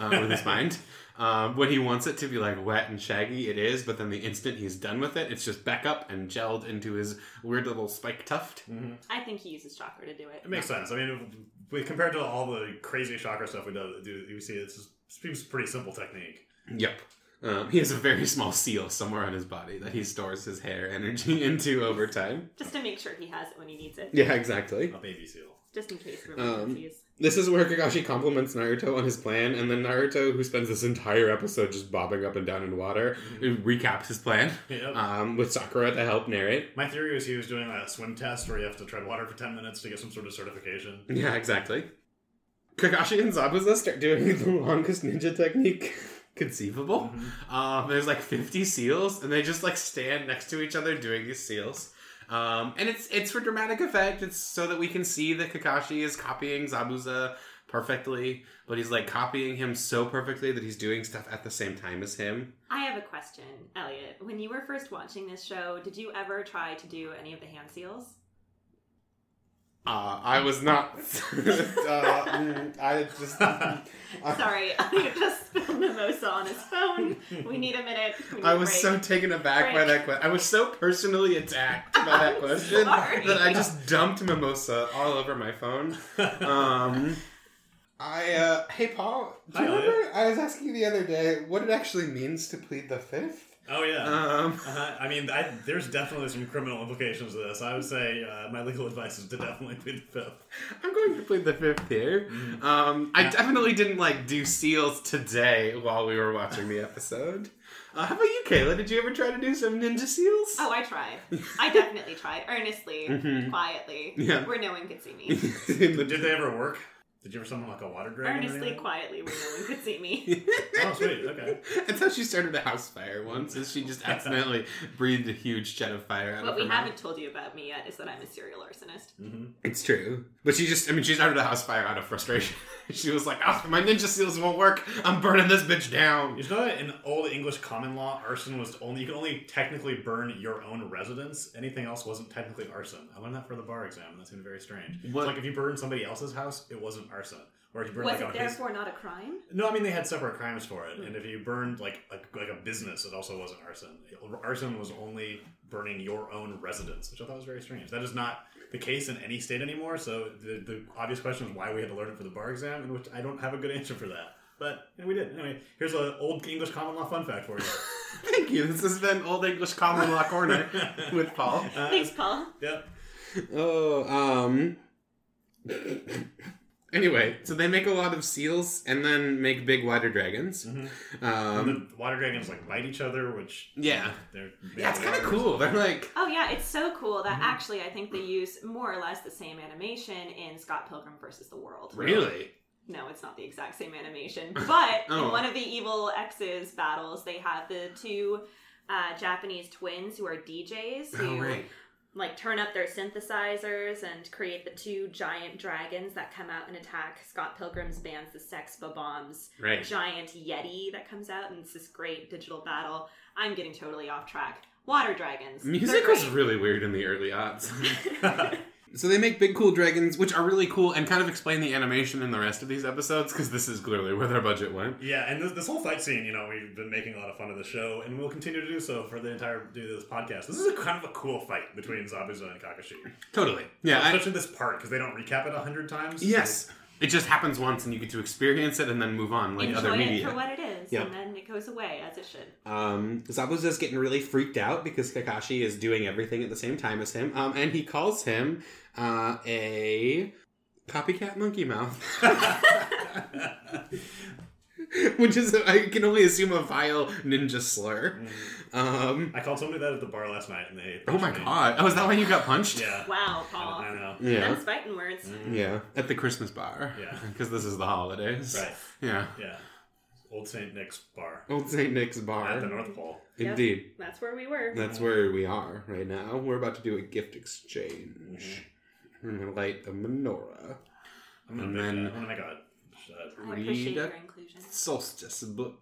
[SPEAKER 1] um, with his mind. Um, when he wants it to be like wet and shaggy, it is. But then the instant he's done with it, it's just back up and gelled into his weird little spike tuft.
[SPEAKER 3] Mm-hmm.
[SPEAKER 2] I think he uses chakra to do it.
[SPEAKER 3] It makes sense. I mean, if we compared to all the crazy chakra stuff we do, do we see it's it seems pretty simple technique.
[SPEAKER 1] Yep. Um, he has a very small seal somewhere on his body that he stores his hair energy into over time.
[SPEAKER 2] Just to make sure he has it when he needs it.
[SPEAKER 1] Yeah, exactly.
[SPEAKER 3] A baby seal.
[SPEAKER 2] Just in case we're
[SPEAKER 1] Um,
[SPEAKER 2] confused.
[SPEAKER 1] This is where Kakashi compliments Naruto on his plan, and then Naruto, who spends this entire episode just bobbing up and down in water, recaps his plan
[SPEAKER 3] Yep.
[SPEAKER 1] um, with Sakura to help narrate.
[SPEAKER 3] My theory was he was doing a swim test where you have to tread water for 10 minutes to get some sort of certification.
[SPEAKER 1] Yeah, exactly. Kakashi and Zabuza start doing the longest ninja technique conceivable. Um, there's like 50 seals, and they just like stand next to each other doing these seals. Um, and it's it's for dramatic effect. It's so that we can see that Kakashi is copying Zabuza perfectly, but he's like copying him so perfectly that he's doing stuff at the same time as him.
[SPEAKER 2] I have a question, Elliot. When you were first watching this show, did you ever try to do any of the hand seals?
[SPEAKER 1] Uh, I was not. uh, mm, I just.
[SPEAKER 2] Sorry, Elliot just spilled mimosa on his phone. We need a minute. We need
[SPEAKER 1] I
[SPEAKER 2] a
[SPEAKER 1] was
[SPEAKER 2] break.
[SPEAKER 1] so taken aback by
[SPEAKER 2] Break.
[SPEAKER 1] that question. I was so personally attacked by that
[SPEAKER 2] I'm
[SPEAKER 1] question
[SPEAKER 2] sorry.
[SPEAKER 1] that I just dumped mimosa all over my phone.
[SPEAKER 3] Mm-hmm.
[SPEAKER 1] Um, I uh, hey Paul, do you
[SPEAKER 3] Hi, Elliot.
[SPEAKER 1] remember I was asking you the other day what it actually means to plead the fifth?
[SPEAKER 3] oh, yeah.
[SPEAKER 1] Um,
[SPEAKER 3] Uh-huh. I mean, I, there's definitely some criminal implications to this. I would say uh, my legal advice is to definitely plead the fifth.
[SPEAKER 1] I'm going to plead the fifth here.
[SPEAKER 3] Mm.
[SPEAKER 1] Um, I definitely didn't like do seals today while we were watching the episode. Uh, how about you, Kayla? Did you ever try to do some ninja seals?
[SPEAKER 2] Oh, I tried. I definitely tried, earnestly,
[SPEAKER 1] Mhm.
[SPEAKER 2] quietly,
[SPEAKER 1] Yeah.
[SPEAKER 2] where no one could see me.
[SPEAKER 1] In the-
[SPEAKER 3] Did they ever work? Did you ever summon like a water dragon? or
[SPEAKER 2] earnestly,
[SPEAKER 3] anything?
[SPEAKER 2] quietly, where no one could see me.
[SPEAKER 3] Oh, sweet. Okay.
[SPEAKER 1] That's how she started a house fire once, is she just accidentally breathed a huge jet of fire out
[SPEAKER 2] what
[SPEAKER 1] of her
[SPEAKER 2] we
[SPEAKER 1] mouth.
[SPEAKER 2] haven't told you about me yet is that I'm a serial arsonist.
[SPEAKER 3] hmm
[SPEAKER 1] It's true. But she just, I mean, she started a house fire out of frustration. she was like, oh, my ninja seals won't work. I'm burning this bitch down.
[SPEAKER 3] You know that in old English common law, arson was only you could only technically burn your own residence. Anything else wasn't technically arson. I learned that for the bar exam, and that seemed very strange. It's
[SPEAKER 1] What-
[SPEAKER 3] like if you burned somebody else's house, it wasn't arson. Or if you burned
[SPEAKER 2] Was
[SPEAKER 3] like
[SPEAKER 2] it
[SPEAKER 3] a his...
[SPEAKER 2] therefore not a crime?
[SPEAKER 3] No, I mean they had separate crimes for it.
[SPEAKER 1] Hmm.
[SPEAKER 3] And if you burned like a, like a business, it also wasn't arson. Arson was only burning your own residence, which I thought was very strange. That is not the case in any state anymore. So the, the obvious question is why we had to learn it for the bar exam, and which I don't have a good answer for that. But you know, we did anyway. Here's an old English common law fun fact for you.
[SPEAKER 1] Thank you. This has been Old English Common Law Corner with Paul.
[SPEAKER 3] Uh,
[SPEAKER 2] Thanks, Paul.
[SPEAKER 3] yep.
[SPEAKER 1] Oh, um. anyway, so they make a lot of seals and then make big water dragons. Um,
[SPEAKER 3] mm-hmm. the water dragons like bite each other, which
[SPEAKER 1] yeah.
[SPEAKER 3] they're
[SPEAKER 1] Yeah, it's kind of cool. They're like,
[SPEAKER 2] Oh yeah, it's so cool
[SPEAKER 1] Mm-hmm.
[SPEAKER 2] that actually I think they use more or less the same animation in Scott Pilgrim versus the World.
[SPEAKER 1] really?
[SPEAKER 2] No, it's not the exact same animation, but
[SPEAKER 1] Oh.
[SPEAKER 2] in one of the evil X's battles, they have the two uh, Japanese twins who are DJs
[SPEAKER 1] Oh,
[SPEAKER 2] who
[SPEAKER 1] right.
[SPEAKER 2] like turn up their synthesizers and create the two giant dragons that come out and attack Scott Pilgrim's band's the Sex Bombs
[SPEAKER 1] Right.
[SPEAKER 2] giant yeti that comes out and it's this great digital battle. I'm getting totally off track. Water dragons. They're
[SPEAKER 1] Music was
[SPEAKER 2] great.
[SPEAKER 1] really weird in the early odds.
[SPEAKER 3] cool.
[SPEAKER 1] so they make big cool dragons, which are really cool, and kind of explain the animation in the rest of these episodes because this is clearly where their budget went.
[SPEAKER 3] Yeah, and this, this whole fight scene, you know, we've been making a lot of fun of the show, and we'll continue to do so for the entire do this podcast. This is a kind of a cool fight between Zabuza and Kakashi,
[SPEAKER 1] Totally. Yeah. I-
[SPEAKER 3] especially this part because they don't recap it a hundred times.
[SPEAKER 1] yes. It just happens once, and you get to experience it and then move on like
[SPEAKER 2] Enjoy
[SPEAKER 1] other
[SPEAKER 2] it
[SPEAKER 1] media.
[SPEAKER 2] for what it is,
[SPEAKER 1] Yeah.
[SPEAKER 2] and then it goes away as it should.
[SPEAKER 1] Um, Zabuza's getting really freaked out because Kakashi is doing everything at the same time as him, um, and he calls him uh, a copycat monkey mouth, which is I can only assume a vile ninja slur. Um,
[SPEAKER 3] Mm. I called somebody that at the bar last night, and they.
[SPEAKER 1] oh my
[SPEAKER 3] punched me.
[SPEAKER 1] god! Oh, is that why you got punched?
[SPEAKER 3] Yeah.
[SPEAKER 2] Wow, Paul.
[SPEAKER 3] I know.
[SPEAKER 1] Yeah. Mm.
[SPEAKER 2] That's fighting words.
[SPEAKER 1] Yeah. At the Christmas bar.
[SPEAKER 3] Yeah.
[SPEAKER 1] Because this is the holidays.
[SPEAKER 3] Right.
[SPEAKER 1] Yeah.
[SPEAKER 3] Yeah. Old Saint Nick's bar
[SPEAKER 1] Old St. Nick's
[SPEAKER 3] at the
[SPEAKER 1] Oh, bar.
[SPEAKER 3] North Pole.
[SPEAKER 2] Yep.
[SPEAKER 1] Indeed.
[SPEAKER 2] That's where we were.
[SPEAKER 1] That's where we are right now. We're about to do a gift exchange.
[SPEAKER 3] Mm-hmm.
[SPEAKER 1] I'm going to light a menorah.
[SPEAKER 3] I'm gonna
[SPEAKER 1] And
[SPEAKER 3] make
[SPEAKER 1] then-
[SPEAKER 3] a, I'm gonna make a.
[SPEAKER 2] I
[SPEAKER 3] uh,
[SPEAKER 2] appreciate
[SPEAKER 1] Read a-
[SPEAKER 2] your inclusion.
[SPEAKER 1] Solstice book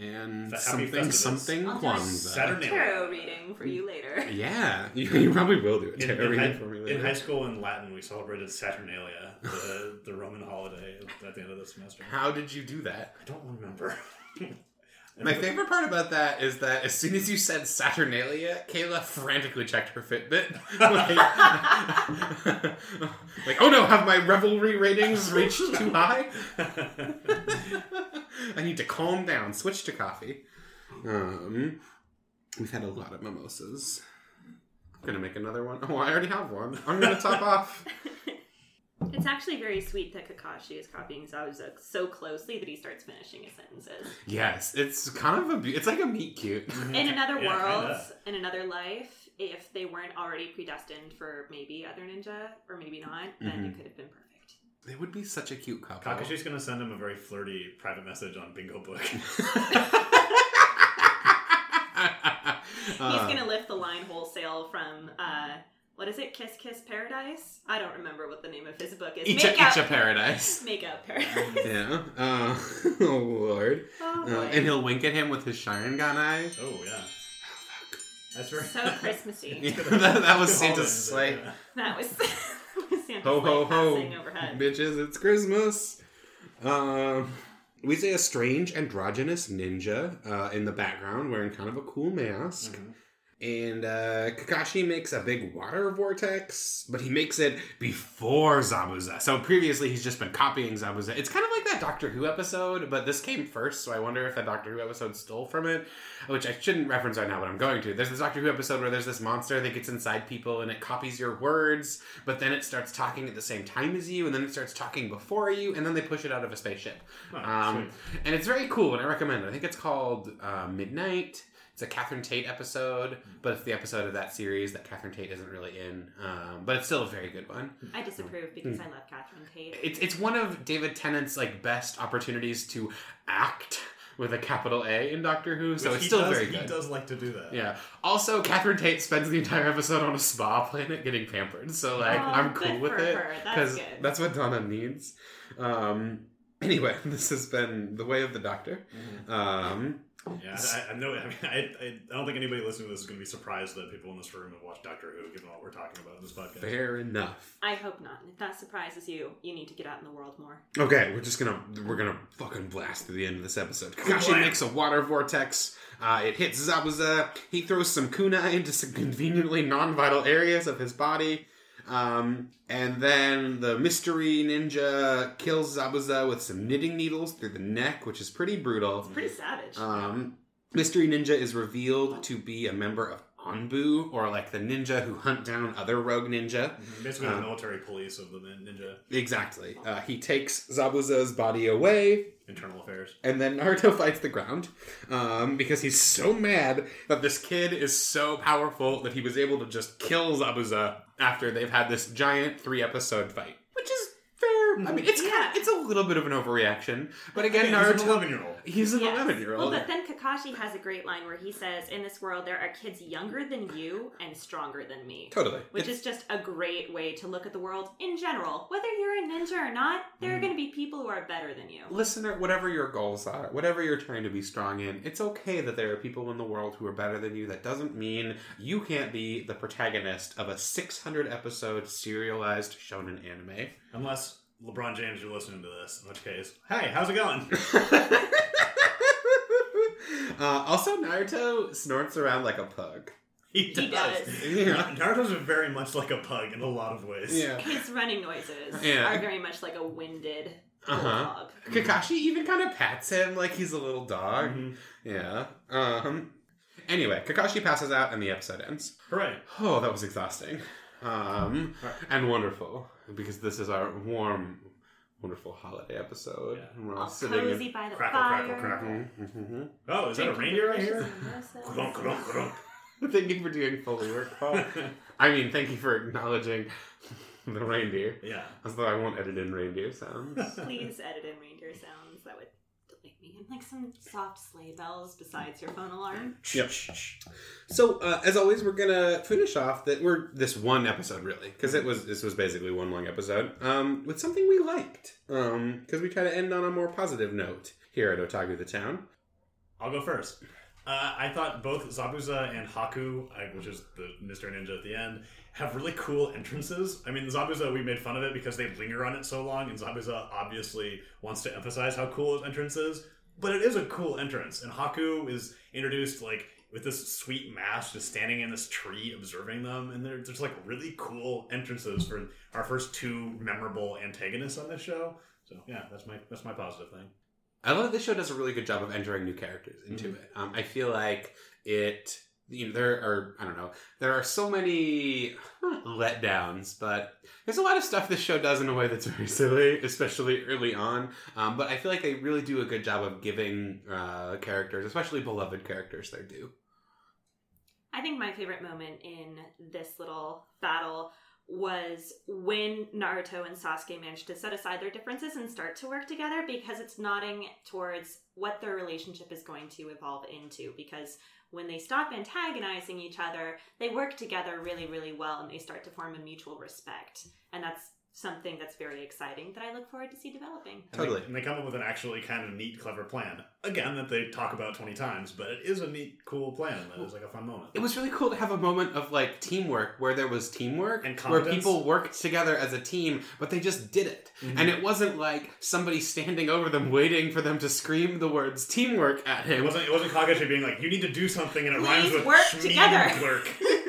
[SPEAKER 1] and
[SPEAKER 3] The Happy
[SPEAKER 1] something,
[SPEAKER 3] Festivus.
[SPEAKER 1] something
[SPEAKER 2] I'll do a
[SPEAKER 1] Kwanzaa.
[SPEAKER 3] Saturday
[SPEAKER 2] Tarot reading for you later.
[SPEAKER 1] Yeah. You, you probably will do it.
[SPEAKER 3] In,
[SPEAKER 1] tarot
[SPEAKER 3] in,
[SPEAKER 1] reading
[SPEAKER 3] high,
[SPEAKER 1] for me
[SPEAKER 3] in
[SPEAKER 1] later.
[SPEAKER 3] high school in Latin, we celebrated Saturnalia, the, the Roman holiday, at the end of the semester.
[SPEAKER 1] How did you do that?
[SPEAKER 3] I don't remember.
[SPEAKER 1] My favorite part about that is that as soon as you said Saturnalia, Kayla frantically checked her Fitbit. like, like, oh no, have my revelry ratings reached too high? I need to calm down, switch to coffee. Um, we've had a lot of mimosas. I'm gonna make another one. Oh, I already have one. I'm gonna top off.
[SPEAKER 2] It's It's actually very sweet that Kakashi is copying Zabuza so closely that he starts finishing his sentences.
[SPEAKER 1] Yes, it's kind of a be- it's like a meet cute.
[SPEAKER 2] In another
[SPEAKER 3] Yeah,
[SPEAKER 2] world,
[SPEAKER 3] kinda.
[SPEAKER 2] in another life, if they weren't already predestined for maybe other ninja or maybe not, then
[SPEAKER 1] Mm-hmm.
[SPEAKER 2] it could have been perfect.
[SPEAKER 1] They would be such a cute couple.
[SPEAKER 3] Kakashi's gonna send him a very flirty private message on Bingo Book.
[SPEAKER 1] Uh,
[SPEAKER 2] He's gonna lift the line wholesale from uh, what is it? Kiss Kiss Paradise? I don't remember what the name of his book is.
[SPEAKER 1] each a, each a paradise.
[SPEAKER 2] make out Paradise.
[SPEAKER 1] yeah. Uh, oh lord.
[SPEAKER 2] Oh,
[SPEAKER 1] Uh,
[SPEAKER 2] boy.
[SPEAKER 1] and he'll wink at him with his Sharingan eye.
[SPEAKER 3] Oh yeah, that's very
[SPEAKER 2] so Christmassy.
[SPEAKER 1] Yeah, that, that was
[SPEAKER 3] Good
[SPEAKER 1] Santa's
[SPEAKER 3] holidays,
[SPEAKER 1] sleigh.
[SPEAKER 3] yeah.
[SPEAKER 2] That was, that was Santa's
[SPEAKER 1] Ho ho
[SPEAKER 2] light
[SPEAKER 1] ho,
[SPEAKER 2] passing overhead.
[SPEAKER 1] bitches! It's Christmas. Um, we see a strange androgynous ninja uh, in the background wearing kind of a cool mask,
[SPEAKER 3] Mhm.
[SPEAKER 1] and uh, Kakashi makes a big water vortex, but he makes it before Zabuza. So previously, he's just been copying Zabuza. It's kind of like that Doctor Who episode, but this came first, so I wonder if that Doctor Who episode stole from it which I shouldn't reference right now, but I'm going to. There's this Doctor Who episode where there's this monster that gets inside people and it copies your words, but then it starts talking at the same time as you, and then it starts talking before you, and then they push it out of a spaceship.
[SPEAKER 3] Oh,
[SPEAKER 1] Um,
[SPEAKER 3] sweet.
[SPEAKER 1] and it's very cool, and I recommend it. I think it's called uh, Midnight. It's a Catherine Tate episode, but it's the episode of that series that Catherine Tate isn't really in. Um, but it's still a very good one.
[SPEAKER 2] I disapprove because I love Catherine Tate.
[SPEAKER 1] It's it's one of David Tennant's like best opportunities to act with a capital A in Doctor Who, so
[SPEAKER 3] Which
[SPEAKER 1] it's
[SPEAKER 3] he
[SPEAKER 1] still
[SPEAKER 3] does,
[SPEAKER 1] very
[SPEAKER 3] He
[SPEAKER 1] good.
[SPEAKER 3] does like to do that.
[SPEAKER 1] Yeah. Also, Catherine Tate spends the entire episode on a spa planet getting pampered. So, like,
[SPEAKER 2] Oh,
[SPEAKER 1] I'm
[SPEAKER 2] good
[SPEAKER 1] cool with
[SPEAKER 2] for
[SPEAKER 1] it.
[SPEAKER 2] her. That's
[SPEAKER 1] Because
[SPEAKER 2] good.
[SPEAKER 1] that's what Donna needs. Um, anyway, this has been The Way of the Doctor.
[SPEAKER 3] Mm-hmm.
[SPEAKER 1] Um,
[SPEAKER 3] Yeah, I, I know. I mean, I, I don't think anybody listening to this is going to be surprised that people in this room have watched Doctor Who, given what we're talking about in this podcast.
[SPEAKER 1] fair enough.
[SPEAKER 2] I hope not. And if that surprises you, you need to get out in the world more.
[SPEAKER 1] Okay, we're just gonna we're gonna fucking blast to the end of this episode. Kakashi
[SPEAKER 3] Wham!
[SPEAKER 1] makes a water vortex. Uh, it hits Zabuza. He throws some kunai into some conveniently non-vital areas of his body. Um, and then the mystery ninja kills Zabuza with some knitting needles through the neck, which is pretty brutal.
[SPEAKER 2] It's pretty savage.
[SPEAKER 1] Um, mystery ninja is revealed to be a member of Anbu, or like the ninja who hunt down other rogue ninja.
[SPEAKER 3] Mm-hmm. Basically,
[SPEAKER 1] Uh,
[SPEAKER 3] the military police of the nin- ninja
[SPEAKER 1] Exactly. Uh, he takes Zabuza's body away,
[SPEAKER 3] internal affairs.
[SPEAKER 1] And then Naruto fights the ground um, because he's so mad that this kid is so powerful that he was able to just kill Zabuza after they've had this giant three episode fight, which is fair. I mean, it's kind
[SPEAKER 2] Yeah.
[SPEAKER 1] of, it's a little bit of an overreaction, but again,
[SPEAKER 3] Again, he's an
[SPEAKER 1] Naruto.
[SPEAKER 3] eleven-year-old.
[SPEAKER 1] He's an
[SPEAKER 2] Yes.
[SPEAKER 1] eleven year
[SPEAKER 2] Well,
[SPEAKER 1] old.
[SPEAKER 2] but then Kakashi has a great line where he says, "In this world, there are kids younger than you and stronger than me."
[SPEAKER 1] Totally.
[SPEAKER 2] Which is just a great way to look at the world in general. Whether you're a ninja or not, there
[SPEAKER 1] Mm.
[SPEAKER 2] are going to be people who are better than you.
[SPEAKER 1] listener, whatever your goals are, whatever you're trying to be strong in, it's okay that there are people in the world who are better than you. That doesn't mean you can't be the protagonist of a 600 episode serialized shonen anime.
[SPEAKER 3] Unless LeBron James, you're listening to this, in which case, hey, how's it going?
[SPEAKER 1] uh, also, Naruto snorts around like a pug.
[SPEAKER 3] He does.
[SPEAKER 2] does.
[SPEAKER 1] Yeah.
[SPEAKER 3] Naruto's very much like a pug in a lot of ways.
[SPEAKER 2] His running noises
[SPEAKER 1] Yeah.
[SPEAKER 2] are very much like a winded
[SPEAKER 1] Uh-huh.
[SPEAKER 2] bulldog.
[SPEAKER 1] Kakashi even kind of pats him like he's a little dog.
[SPEAKER 3] Mhm.
[SPEAKER 1] Yeah. Um. Anyway, Kakashi passes out and the episode ends.
[SPEAKER 3] Hooray.
[SPEAKER 1] Oh, that was exhausting. Um,
[SPEAKER 3] Right.
[SPEAKER 1] and wonderful because this is our warm, wonderful holiday episode.
[SPEAKER 3] Yeah.
[SPEAKER 1] And we're all
[SPEAKER 2] All
[SPEAKER 1] sitting.
[SPEAKER 2] cozy by the
[SPEAKER 3] Crackle,
[SPEAKER 2] fire.
[SPEAKER 3] crackle, crackle.
[SPEAKER 1] hmm
[SPEAKER 3] Oh, is that a
[SPEAKER 2] drinking
[SPEAKER 3] reindeer right
[SPEAKER 2] delicious
[SPEAKER 3] here?
[SPEAKER 2] mimosas.
[SPEAKER 3] Kudunk, kudunk, kudunk.
[SPEAKER 1] Thank you for doing Foley work, Paul. I mean, thank you for acknowledging the reindeer.
[SPEAKER 3] yeah.
[SPEAKER 1] As though I won't edit in reindeer sounds.
[SPEAKER 2] Please edit in reindeer sounds. That would delight me. And like some soft sleigh bells besides your phone alarm.
[SPEAKER 1] Yep. So uh, as always, we're gonna finish off that we're this one episode really because it was this was basically one long episode um, with something we liked because we try to end on a more positive note here at Otaku the Town.
[SPEAKER 3] I'll go first. Uh, I thought both Zabuza and Haku, I- which is the Mr. Ninja at the end, have really cool entrances. I mean, Zabuza, we made fun of it because they linger on it so long, and Zabuza obviously wants to emphasize how cool his entrance is, but it is a cool entrance. And Haku is introduced, like, with this sweet mask just standing in this tree observing them, and they're just, like, really cool entrances for our first two memorable antagonists on this show. So, yeah, that's my that's my positive thing.
[SPEAKER 1] I love that this show does a really good job of entering new characters into
[SPEAKER 3] Mhm.
[SPEAKER 1] it. Um, I feel like it you know, there are I don't know, there are so many letdowns, but there's a lot of stuff this show does in a way that's very silly, especially early on. Um, but I feel like they really do a good job of giving uh, characters, especially beloved characters, their due.
[SPEAKER 2] I think my favorite moment in this little battle was when Naruto and Sasuke managed to set aside their differences and start to work together because it's nodding towards what their relationship is going to evolve into. Because when they stop antagonizing each other, they work together really, really well and they start to form a mutual respect. And that's something that's very exciting that I look forward to see developing.
[SPEAKER 3] And they-
[SPEAKER 1] Totally.
[SPEAKER 3] And they come up with an actually kind of neat, clever plan. Again, that they talk about 20 times, but it is a neat, cool plan. That is like a fun moment.
[SPEAKER 1] It was really cool to have a moment of like teamwork where there was teamwork
[SPEAKER 3] And
[SPEAKER 1] where
[SPEAKER 3] competence.
[SPEAKER 1] people worked together as a team, but they just did it.
[SPEAKER 3] Mm-hmm.
[SPEAKER 1] And it wasn't like somebody standing over them waiting for them to scream the words teamwork at
[SPEAKER 3] It
[SPEAKER 1] him.
[SPEAKER 3] wasn't. It wasn't Kagashi being like, "You need to do something," and it
[SPEAKER 2] Please
[SPEAKER 3] rhymes with
[SPEAKER 2] work
[SPEAKER 3] "schmeen
[SPEAKER 2] together."
[SPEAKER 3] Work.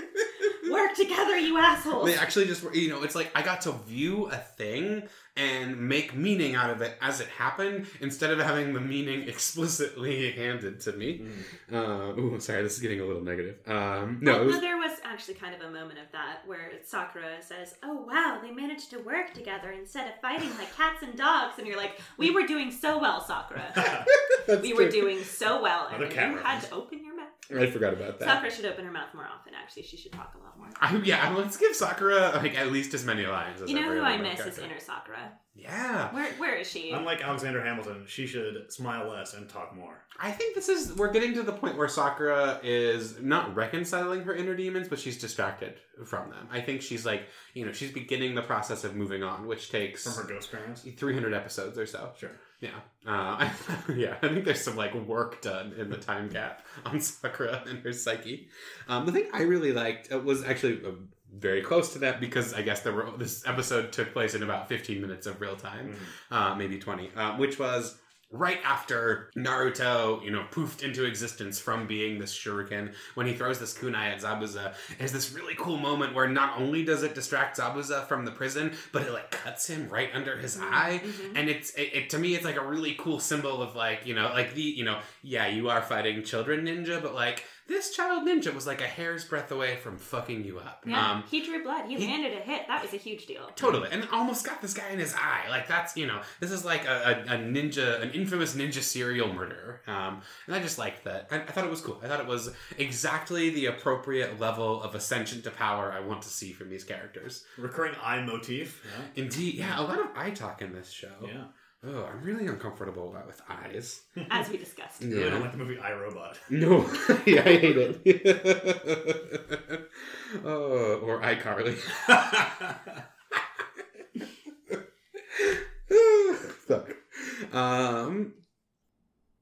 [SPEAKER 2] Work together, you assholes!
[SPEAKER 1] They actually just, were- you know, it's like I got to view a thing and make meaning out of it as it happened instead of having the meaning explicitly handed to me. Uh, ooh, sorry, this is getting a little negative. Um, no, it was,
[SPEAKER 2] Although there was actually kind of a moment of that where Sakura says, "Oh wow, they managed to work together instead of fighting like cats and dogs," and you're like, "We were doing so well, Sakura.
[SPEAKER 1] that's
[SPEAKER 2] we were
[SPEAKER 1] true.
[SPEAKER 2] doing so well, and
[SPEAKER 3] Another
[SPEAKER 2] then
[SPEAKER 3] cat
[SPEAKER 2] you had
[SPEAKER 3] reference.
[SPEAKER 2] to open your mouth."
[SPEAKER 1] I forgot about that.
[SPEAKER 2] Sakura should open her mouth more often. Actually, she should talk a lot more.
[SPEAKER 1] I, yeah, let's give Sakura like at least as many lines. As
[SPEAKER 2] You know
[SPEAKER 1] every
[SPEAKER 2] who
[SPEAKER 1] other
[SPEAKER 2] I
[SPEAKER 1] male
[SPEAKER 2] miss is
[SPEAKER 1] character.
[SPEAKER 2] inner Sakura.
[SPEAKER 1] Yeah,
[SPEAKER 2] Where where is she?
[SPEAKER 3] Unlike Alexander Hamilton, she should smile less and talk more.
[SPEAKER 1] I think this is we're getting to the point where Sakura is not reconciling her inner demons, but she's distracted from them. I think she's like you know she's beginning the process of moving on, which takes
[SPEAKER 3] From her ghost parents.
[SPEAKER 1] three hundred episodes or so.
[SPEAKER 3] Sure.
[SPEAKER 1] Yeah, uh, yeah. I think there's some like work done in the time gap on Sakura and her psyche. Um, the thing I really liked uh, was actually uh, very close to that because I guess there were this episode took place in about 15 minutes of real time,
[SPEAKER 3] Mm-hmm.
[SPEAKER 1] uh, maybe 20, uh, which was right after Naruto, you know, poofed into existence from being this shuriken when he throws this kunai at Zabuza. There's this really cool moment where not only does it distract Zabuza from the prison, but it like cuts him right under his eye
[SPEAKER 2] Mhm.
[SPEAKER 1] and it's it, it to me it's like a really cool symbol of like you know like the you know yeah you are fighting children ninja but like this child ninja was like a hair's breadth away from fucking you up
[SPEAKER 2] Yeah,
[SPEAKER 1] um
[SPEAKER 2] he drew blood. He,
[SPEAKER 1] he-
[SPEAKER 2] landed a hit. That was a huge deal.
[SPEAKER 1] totally and almost got this guy in his eye like that's you know this is like a, a, a ninja an infamous ninja serial murderer um and i just liked that I, I thought it was cool i thought it was exactly the appropriate level of ascension to power i want to see from these characters
[SPEAKER 3] Recurring eye motif.
[SPEAKER 1] indeed yeah a lot of eye talk in this show
[SPEAKER 3] Yeah. yeah.
[SPEAKER 1] oh i'm really uncomfortable about with eyes
[SPEAKER 2] As we discussed.
[SPEAKER 3] I really don't like the movie iRobot.
[SPEAKER 1] No, yeah, I hate it. oh, or iCarly. Fuck. Um.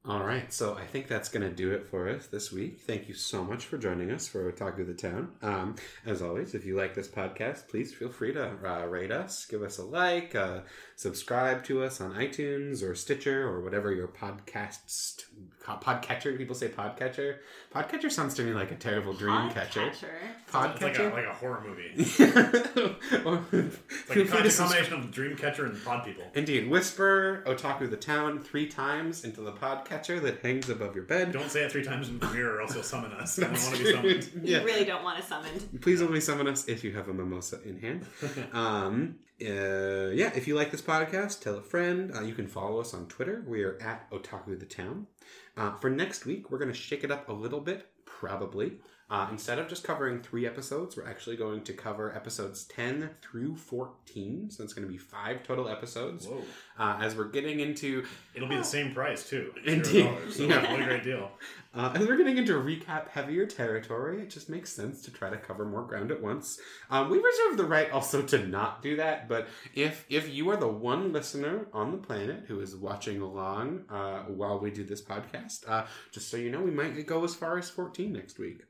[SPEAKER 1] All right, so I think that's going to do it for us this week. Thank you so much for joining us for Otaku the Town. Um, as always, if you like this podcast, please feel free to uh, rate us, give us a like, uh, subscribe to us on iTunes or Stitcher or whatever your podcasts podcatcher. People say podcatcher. Podcatcher sounds to me like a terrible dream catcher.
[SPEAKER 2] Podcatcher.
[SPEAKER 3] It's like a,
[SPEAKER 1] Podcatcher.
[SPEAKER 3] like a horror movie. It's
[SPEAKER 1] Or-
[SPEAKER 3] like a,
[SPEAKER 1] Feel
[SPEAKER 3] con-
[SPEAKER 1] free
[SPEAKER 3] it's
[SPEAKER 1] to
[SPEAKER 3] a
[SPEAKER 1] subscribe.
[SPEAKER 3] combination of Dreamcatcher and Pod People.
[SPEAKER 1] Indeed, whisper Otaku the Town three times into the podcatcher that hangs above your bed.
[SPEAKER 3] Don't say it three times in the mirror, or else you'll summon us. I don't want to be
[SPEAKER 1] That's true.
[SPEAKER 3] summoned.
[SPEAKER 1] yeah.
[SPEAKER 2] You really don't want to summon.
[SPEAKER 1] Please only summon us if you have a mimosa in hand. um, uh, yeah, if you like this podcast, tell a friend. Uh, you can follow us on Twitter. We are at Otaku the Town. Uh, for next week, we're going to shake it up a little bit, probably. Uh, instead of just covering three episodes, we're actually going to cover episodes 10 through 14. So it's going to be five total episodes.
[SPEAKER 3] Whoa.
[SPEAKER 1] Uh, as we're getting into
[SPEAKER 3] It'll be the same price too.
[SPEAKER 1] Indeed.
[SPEAKER 3] $0, So
[SPEAKER 1] Yeah.
[SPEAKER 3] what a great deal.
[SPEAKER 1] Uh, as we're getting into recap heavier territory, it just makes sense to try to cover more ground at once. Um, we reserve the right also to not do that, but if if you are the one listener on the planet who is watching along uh, while we do this podcast, uh, just so you know, we might go as far as 14 next week.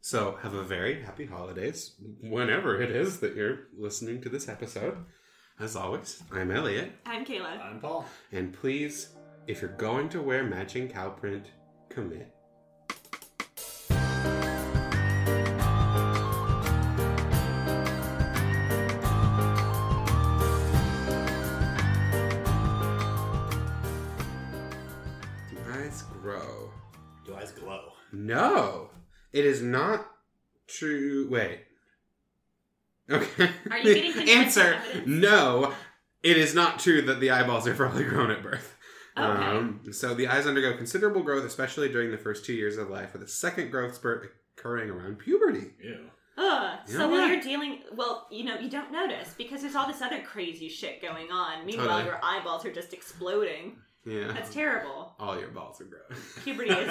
[SPEAKER 1] So have a very happy holidays, whenever it is that you're listening to this episode. As always, I'm Elliot.
[SPEAKER 2] I'm Kayla.
[SPEAKER 3] I'm Paul.
[SPEAKER 1] And please, if you're going to wear matching cow print, commit. Do eyes grow?
[SPEAKER 3] Do eyes glow?
[SPEAKER 1] No. It is not true. Wait. Okay.
[SPEAKER 5] Are you getting conflicting
[SPEAKER 1] answer?
[SPEAKER 5] evidence?
[SPEAKER 1] No. It is not true that the eyeballs are probably grown at birth. Um,
[SPEAKER 2] Okay.
[SPEAKER 1] so the eyes undergo considerable growth, especially during the first two years of life, with a second growth spurt occurring around puberty.
[SPEAKER 3] Ew.
[SPEAKER 2] Ugh.
[SPEAKER 1] Yeah.
[SPEAKER 2] So while
[SPEAKER 1] Yeah.
[SPEAKER 2] you're dealing, well, you know, you don't notice because there's all this other crazy shit going on. Meanwhile,
[SPEAKER 1] Totally.
[SPEAKER 2] your eyeballs are just exploding.
[SPEAKER 1] Yeah.
[SPEAKER 2] That's terrible.
[SPEAKER 1] All your balls are growing.
[SPEAKER 2] Puberty is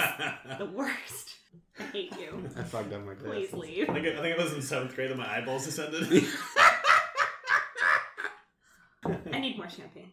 [SPEAKER 2] the worst. I hate you.
[SPEAKER 1] I fucked up my
[SPEAKER 2] Please
[SPEAKER 1] glasses.
[SPEAKER 2] leave.
[SPEAKER 3] I think I think it was in seventh grade that my eyeballs descended.
[SPEAKER 2] I need more champagne.